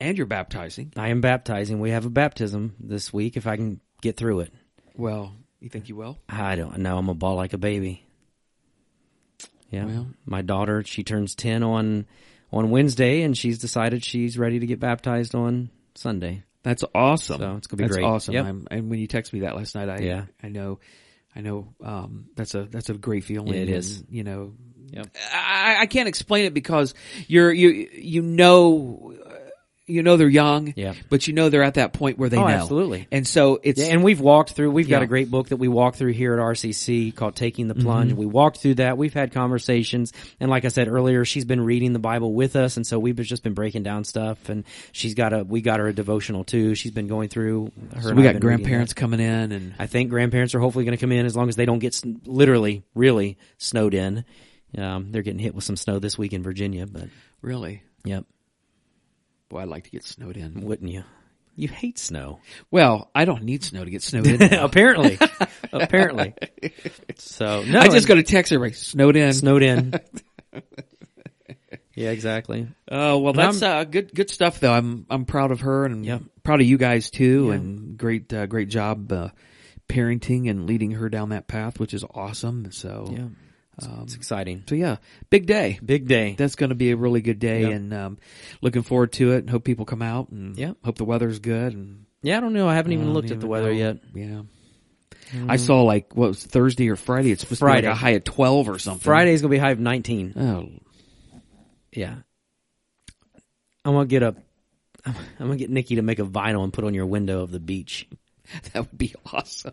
Speaker 2: and you're baptizing.
Speaker 1: I am baptizing. We have a baptism this week. If I can get through it,
Speaker 2: Well, you think you will?
Speaker 1: I don't know. I'm a ball like a baby. Yeah,
Speaker 2: Well-
Speaker 1: my daughter. She turns ten on on Wednesday, and she's decided she's ready to get baptized on Sunday.
Speaker 2: That's awesome.
Speaker 1: So it's gonna be
Speaker 2: that's
Speaker 1: great.
Speaker 2: awesome.
Speaker 1: Yep.
Speaker 2: I'm, and when you text me that last night, I
Speaker 1: Yeah.
Speaker 2: I know, I know. Um, that's a that's a great feeling.
Speaker 1: It
Speaker 2: and,
Speaker 1: is.
Speaker 2: You know,
Speaker 1: Yep.
Speaker 2: I, I can't explain it because you're you you know. uh, You know they're young,
Speaker 1: Yeah.
Speaker 2: but you know they're at that point where they
Speaker 1: Oh,
Speaker 2: know
Speaker 1: absolutely.
Speaker 2: and so it's
Speaker 1: Yeah, and we've walked through. We've got
Speaker 2: Yeah.
Speaker 1: a great book that we walk through here at RCC called "Taking the Plunge."
Speaker 2: Mm-hmm.
Speaker 1: We walked through that. We've had conversations, and like I said earlier, she's been reading the Bible with us, and so we've just been breaking down stuff. And she's got a we got her a devotional too. She's been going through. Her
Speaker 2: so
Speaker 1: and
Speaker 2: we
Speaker 1: I've been reading that.
Speaker 2: got grandparents coming in, and
Speaker 1: I think grandparents are hopefully going to come in as long as they don't get sn- literally, really snowed in. Um, they're getting hit with some snow this week in Virginia, but
Speaker 2: really,
Speaker 1: yep,
Speaker 2: boy, I'd like to get snowed in.
Speaker 1: wouldn't you? You hate snow,
Speaker 2: Well, I don't need snow to get snowed in. now.
Speaker 1: apparently. apparently. So no,
Speaker 2: I just
Speaker 1: and-
Speaker 2: go to text everybody snowed in.
Speaker 1: snowed in. yeah, exactly.
Speaker 2: Oh well, that's
Speaker 1: I'm-
Speaker 2: uh, good. Good stuff, though. I'm I'm proud of her and
Speaker 1: Yep.
Speaker 2: proud of you guys too. And great, uh, great job uh, parenting and leading her down that path, which is awesome. So, um,
Speaker 1: Yeah, it's, Oh, it's exciting.
Speaker 2: so yeah, big day.
Speaker 1: Big day.
Speaker 2: That's going to be a really good day,
Speaker 1: Yep.
Speaker 2: and um, looking forward to it. And hope people come out, and
Speaker 1: Yep.
Speaker 2: hope the weather's good. And
Speaker 1: Yeah, I don't know. I haven't even
Speaker 2: I don't
Speaker 1: looked at the
Speaker 2: even
Speaker 1: weather
Speaker 2: know.
Speaker 1: yet. Mm-hmm.
Speaker 2: Yeah, I saw like what was Thursday or Friday. It's supposed to be
Speaker 1: Friday.
Speaker 2: like a high at twelve or something.
Speaker 1: Friday's gonna be high of nineteen.
Speaker 2: Oh,
Speaker 1: Yeah. I'm gonna get a. I'm gonna get Nikki to make a vinyl and put on your window of the beach.
Speaker 2: that would be awesome.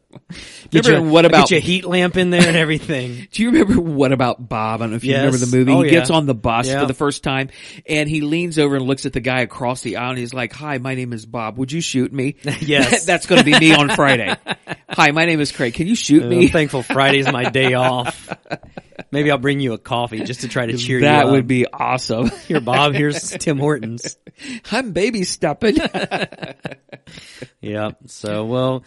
Speaker 1: Get
Speaker 2: Remember
Speaker 1: you-
Speaker 2: what about
Speaker 1: get your heat lamp in there and everything?
Speaker 2: Do you remember what about Bob? I don't know if you
Speaker 1: Yes.
Speaker 2: remember the movie.
Speaker 1: Oh,
Speaker 2: he
Speaker 1: yeah.
Speaker 2: gets on the bus
Speaker 1: Yeah.
Speaker 2: for the first time and he leans over and looks at the guy across the aisle and he's like, Hi, my name is Bob. Would you shoot me?
Speaker 1: Yes.
Speaker 2: That's going to be me on Friday. Hi, my name is Craig. Can you shoot
Speaker 1: I'm
Speaker 2: me?
Speaker 1: thankful Friday's my day off. Maybe I'll bring you a coffee just to try to cheer you
Speaker 2: that
Speaker 1: up.
Speaker 2: would be awesome.
Speaker 1: here, Bob. Here's Tim Hortons.
Speaker 2: I'm baby stepping.
Speaker 1: Yeah. So, well,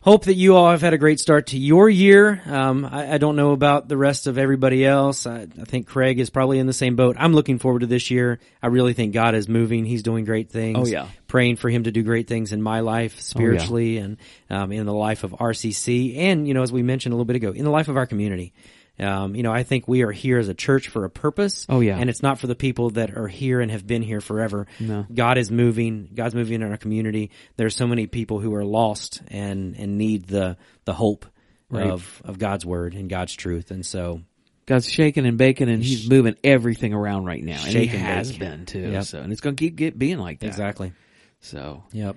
Speaker 1: hope that you all have had a great start to your year. Um, I, I don't know about the rest of everybody else. I, I think Craig is probably in the same boat. I'm looking forward to this year. I really think God is moving. He's doing great things.
Speaker 2: Oh, yeah. Oh,
Speaker 1: Praying for him to do great things in my life spiritually and um, in the life of RCC. And, you know, as we mentioned a little bit ago, in the life of our community. Um, you know, I think we are here as a church for a purpose.
Speaker 2: Oh, yeah.
Speaker 1: And it's not for the people that are here and have been here forever.
Speaker 2: No.
Speaker 1: God is moving. God's moving in our community. There's so many people who are lost and and need the the hope
Speaker 2: Right.
Speaker 1: of of God's word and God's truth. And so,
Speaker 2: God's shaking and baking and he's moving everything around right now. And he
Speaker 1: Shake and
Speaker 2: has
Speaker 1: bake.
Speaker 2: been too.
Speaker 1: Yep.
Speaker 2: So, and it's going to keep get being like that.
Speaker 1: exactly.
Speaker 2: So
Speaker 1: Yep.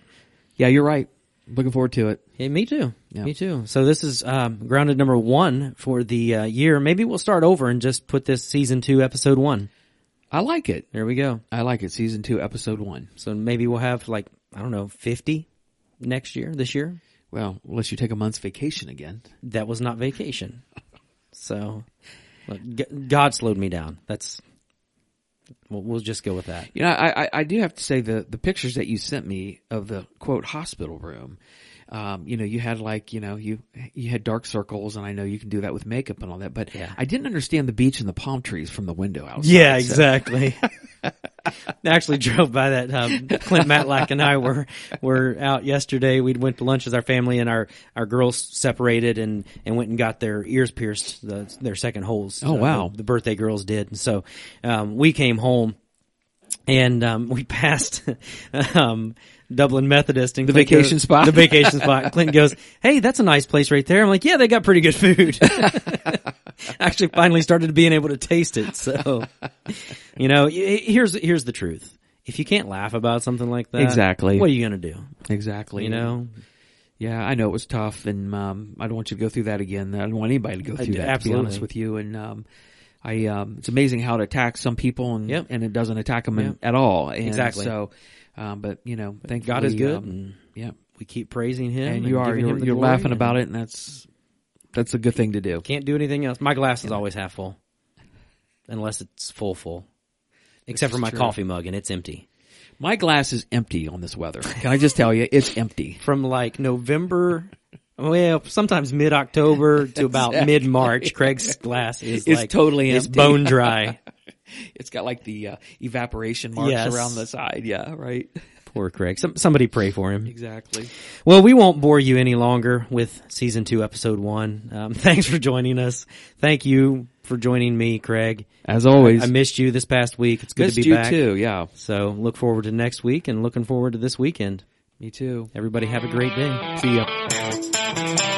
Speaker 2: yeah, you're right. Looking forward to it.
Speaker 1: Hey, me too.
Speaker 2: Yeah.
Speaker 1: Me too. So this is um, grounded number one for the uh, year. Maybe we'll start over and just put this season two, episode one.
Speaker 2: I like it.
Speaker 1: There we go.
Speaker 2: I like it. Season two, episode one.
Speaker 1: So maybe we'll have like I don't know, fifty next year. This year
Speaker 2: Well, unless you take a month's vacation again.
Speaker 1: that was not vacation. So, look, G- God slowed me down. That's. We'll, we'll just go with that.
Speaker 2: You know, I, I, I do have to say the, the pictures that you sent me of the quote hospital room, um, you know, you had like, you know, you, you had dark circles and I know you can do that with makeup and all that, but
Speaker 1: Yeah.
Speaker 2: I didn't understand the beach and the palm trees from the window outside.
Speaker 1: Yeah,
Speaker 2: so-
Speaker 1: exactly. I actually drove by that. Um, Clint Matlack and I were were out yesterday. We went to lunch as our family and our our girls separated and and went and got their ears pierced, the, their second holes. uh,
Speaker 2: Oh, wow.
Speaker 1: The, the birthday girls did, and so um, we came home and um, we passed um, Dublin Methodist and the
Speaker 2: vacation spot.
Speaker 1: The vacation spot. Clint goes, "Hey, that's a nice place right there." I'm like, "Yeah, they got pretty good food." Actually, finally started being able to taste it. So, you know, y- here's here's the truth. If you can't laugh about something like that,
Speaker 2: Exactly.
Speaker 1: what are you gonna do?
Speaker 2: Exactly.
Speaker 1: You know,
Speaker 2: Yeah, I know it was tough, and um, I don't want you to go through that again. I don't want anybody to go through that. To
Speaker 1: absolutely.
Speaker 2: be honest with you, and um, I, um, it's amazing how it attacks some people, and
Speaker 1: Yep.
Speaker 2: and it doesn't attack them in,
Speaker 1: Yep.
Speaker 2: at all. And
Speaker 1: Exactly.
Speaker 2: So, Um, but you know, thank
Speaker 1: God is good,
Speaker 2: Um,
Speaker 1: and
Speaker 2: yeah,
Speaker 1: we keep praising Him.
Speaker 2: and you are
Speaker 1: giving
Speaker 2: you're,
Speaker 1: him the
Speaker 2: you're
Speaker 1: glory,
Speaker 2: laughing
Speaker 1: and
Speaker 2: about it, and that's that's a good thing to do.
Speaker 1: Can't do anything else. My glass is always half full, unless it's full full, except for
Speaker 2: is
Speaker 1: my
Speaker 2: true.
Speaker 1: coffee mug, and it's empty.
Speaker 2: My glass is empty on this weather. Can I just tell you, it's empty.
Speaker 1: From like November, well, sometimes mid October to about mid March, Craig's glass is
Speaker 2: It's
Speaker 1: like
Speaker 2: totally
Speaker 1: it's
Speaker 2: empty.
Speaker 1: bone dry.
Speaker 2: It's got like the uh, evaporation marks
Speaker 1: Yes.
Speaker 2: around the side. Yeah, right.
Speaker 1: Poor Craig. Some, somebody pray for him.
Speaker 2: Exactly.
Speaker 1: Well, we won't bore you any longer with season two, episode one. Um, thanks for joining us. Thank you for joining me, Craig.
Speaker 2: As always,
Speaker 1: I missed you this past week. It's good
Speaker 2: missed
Speaker 1: to be
Speaker 2: you
Speaker 1: back.
Speaker 2: too. Yeah,
Speaker 1: So look forward to next week and looking forward to this weekend.
Speaker 2: me too.
Speaker 1: Everybody have a great day.
Speaker 2: See ya.
Speaker 3: Thank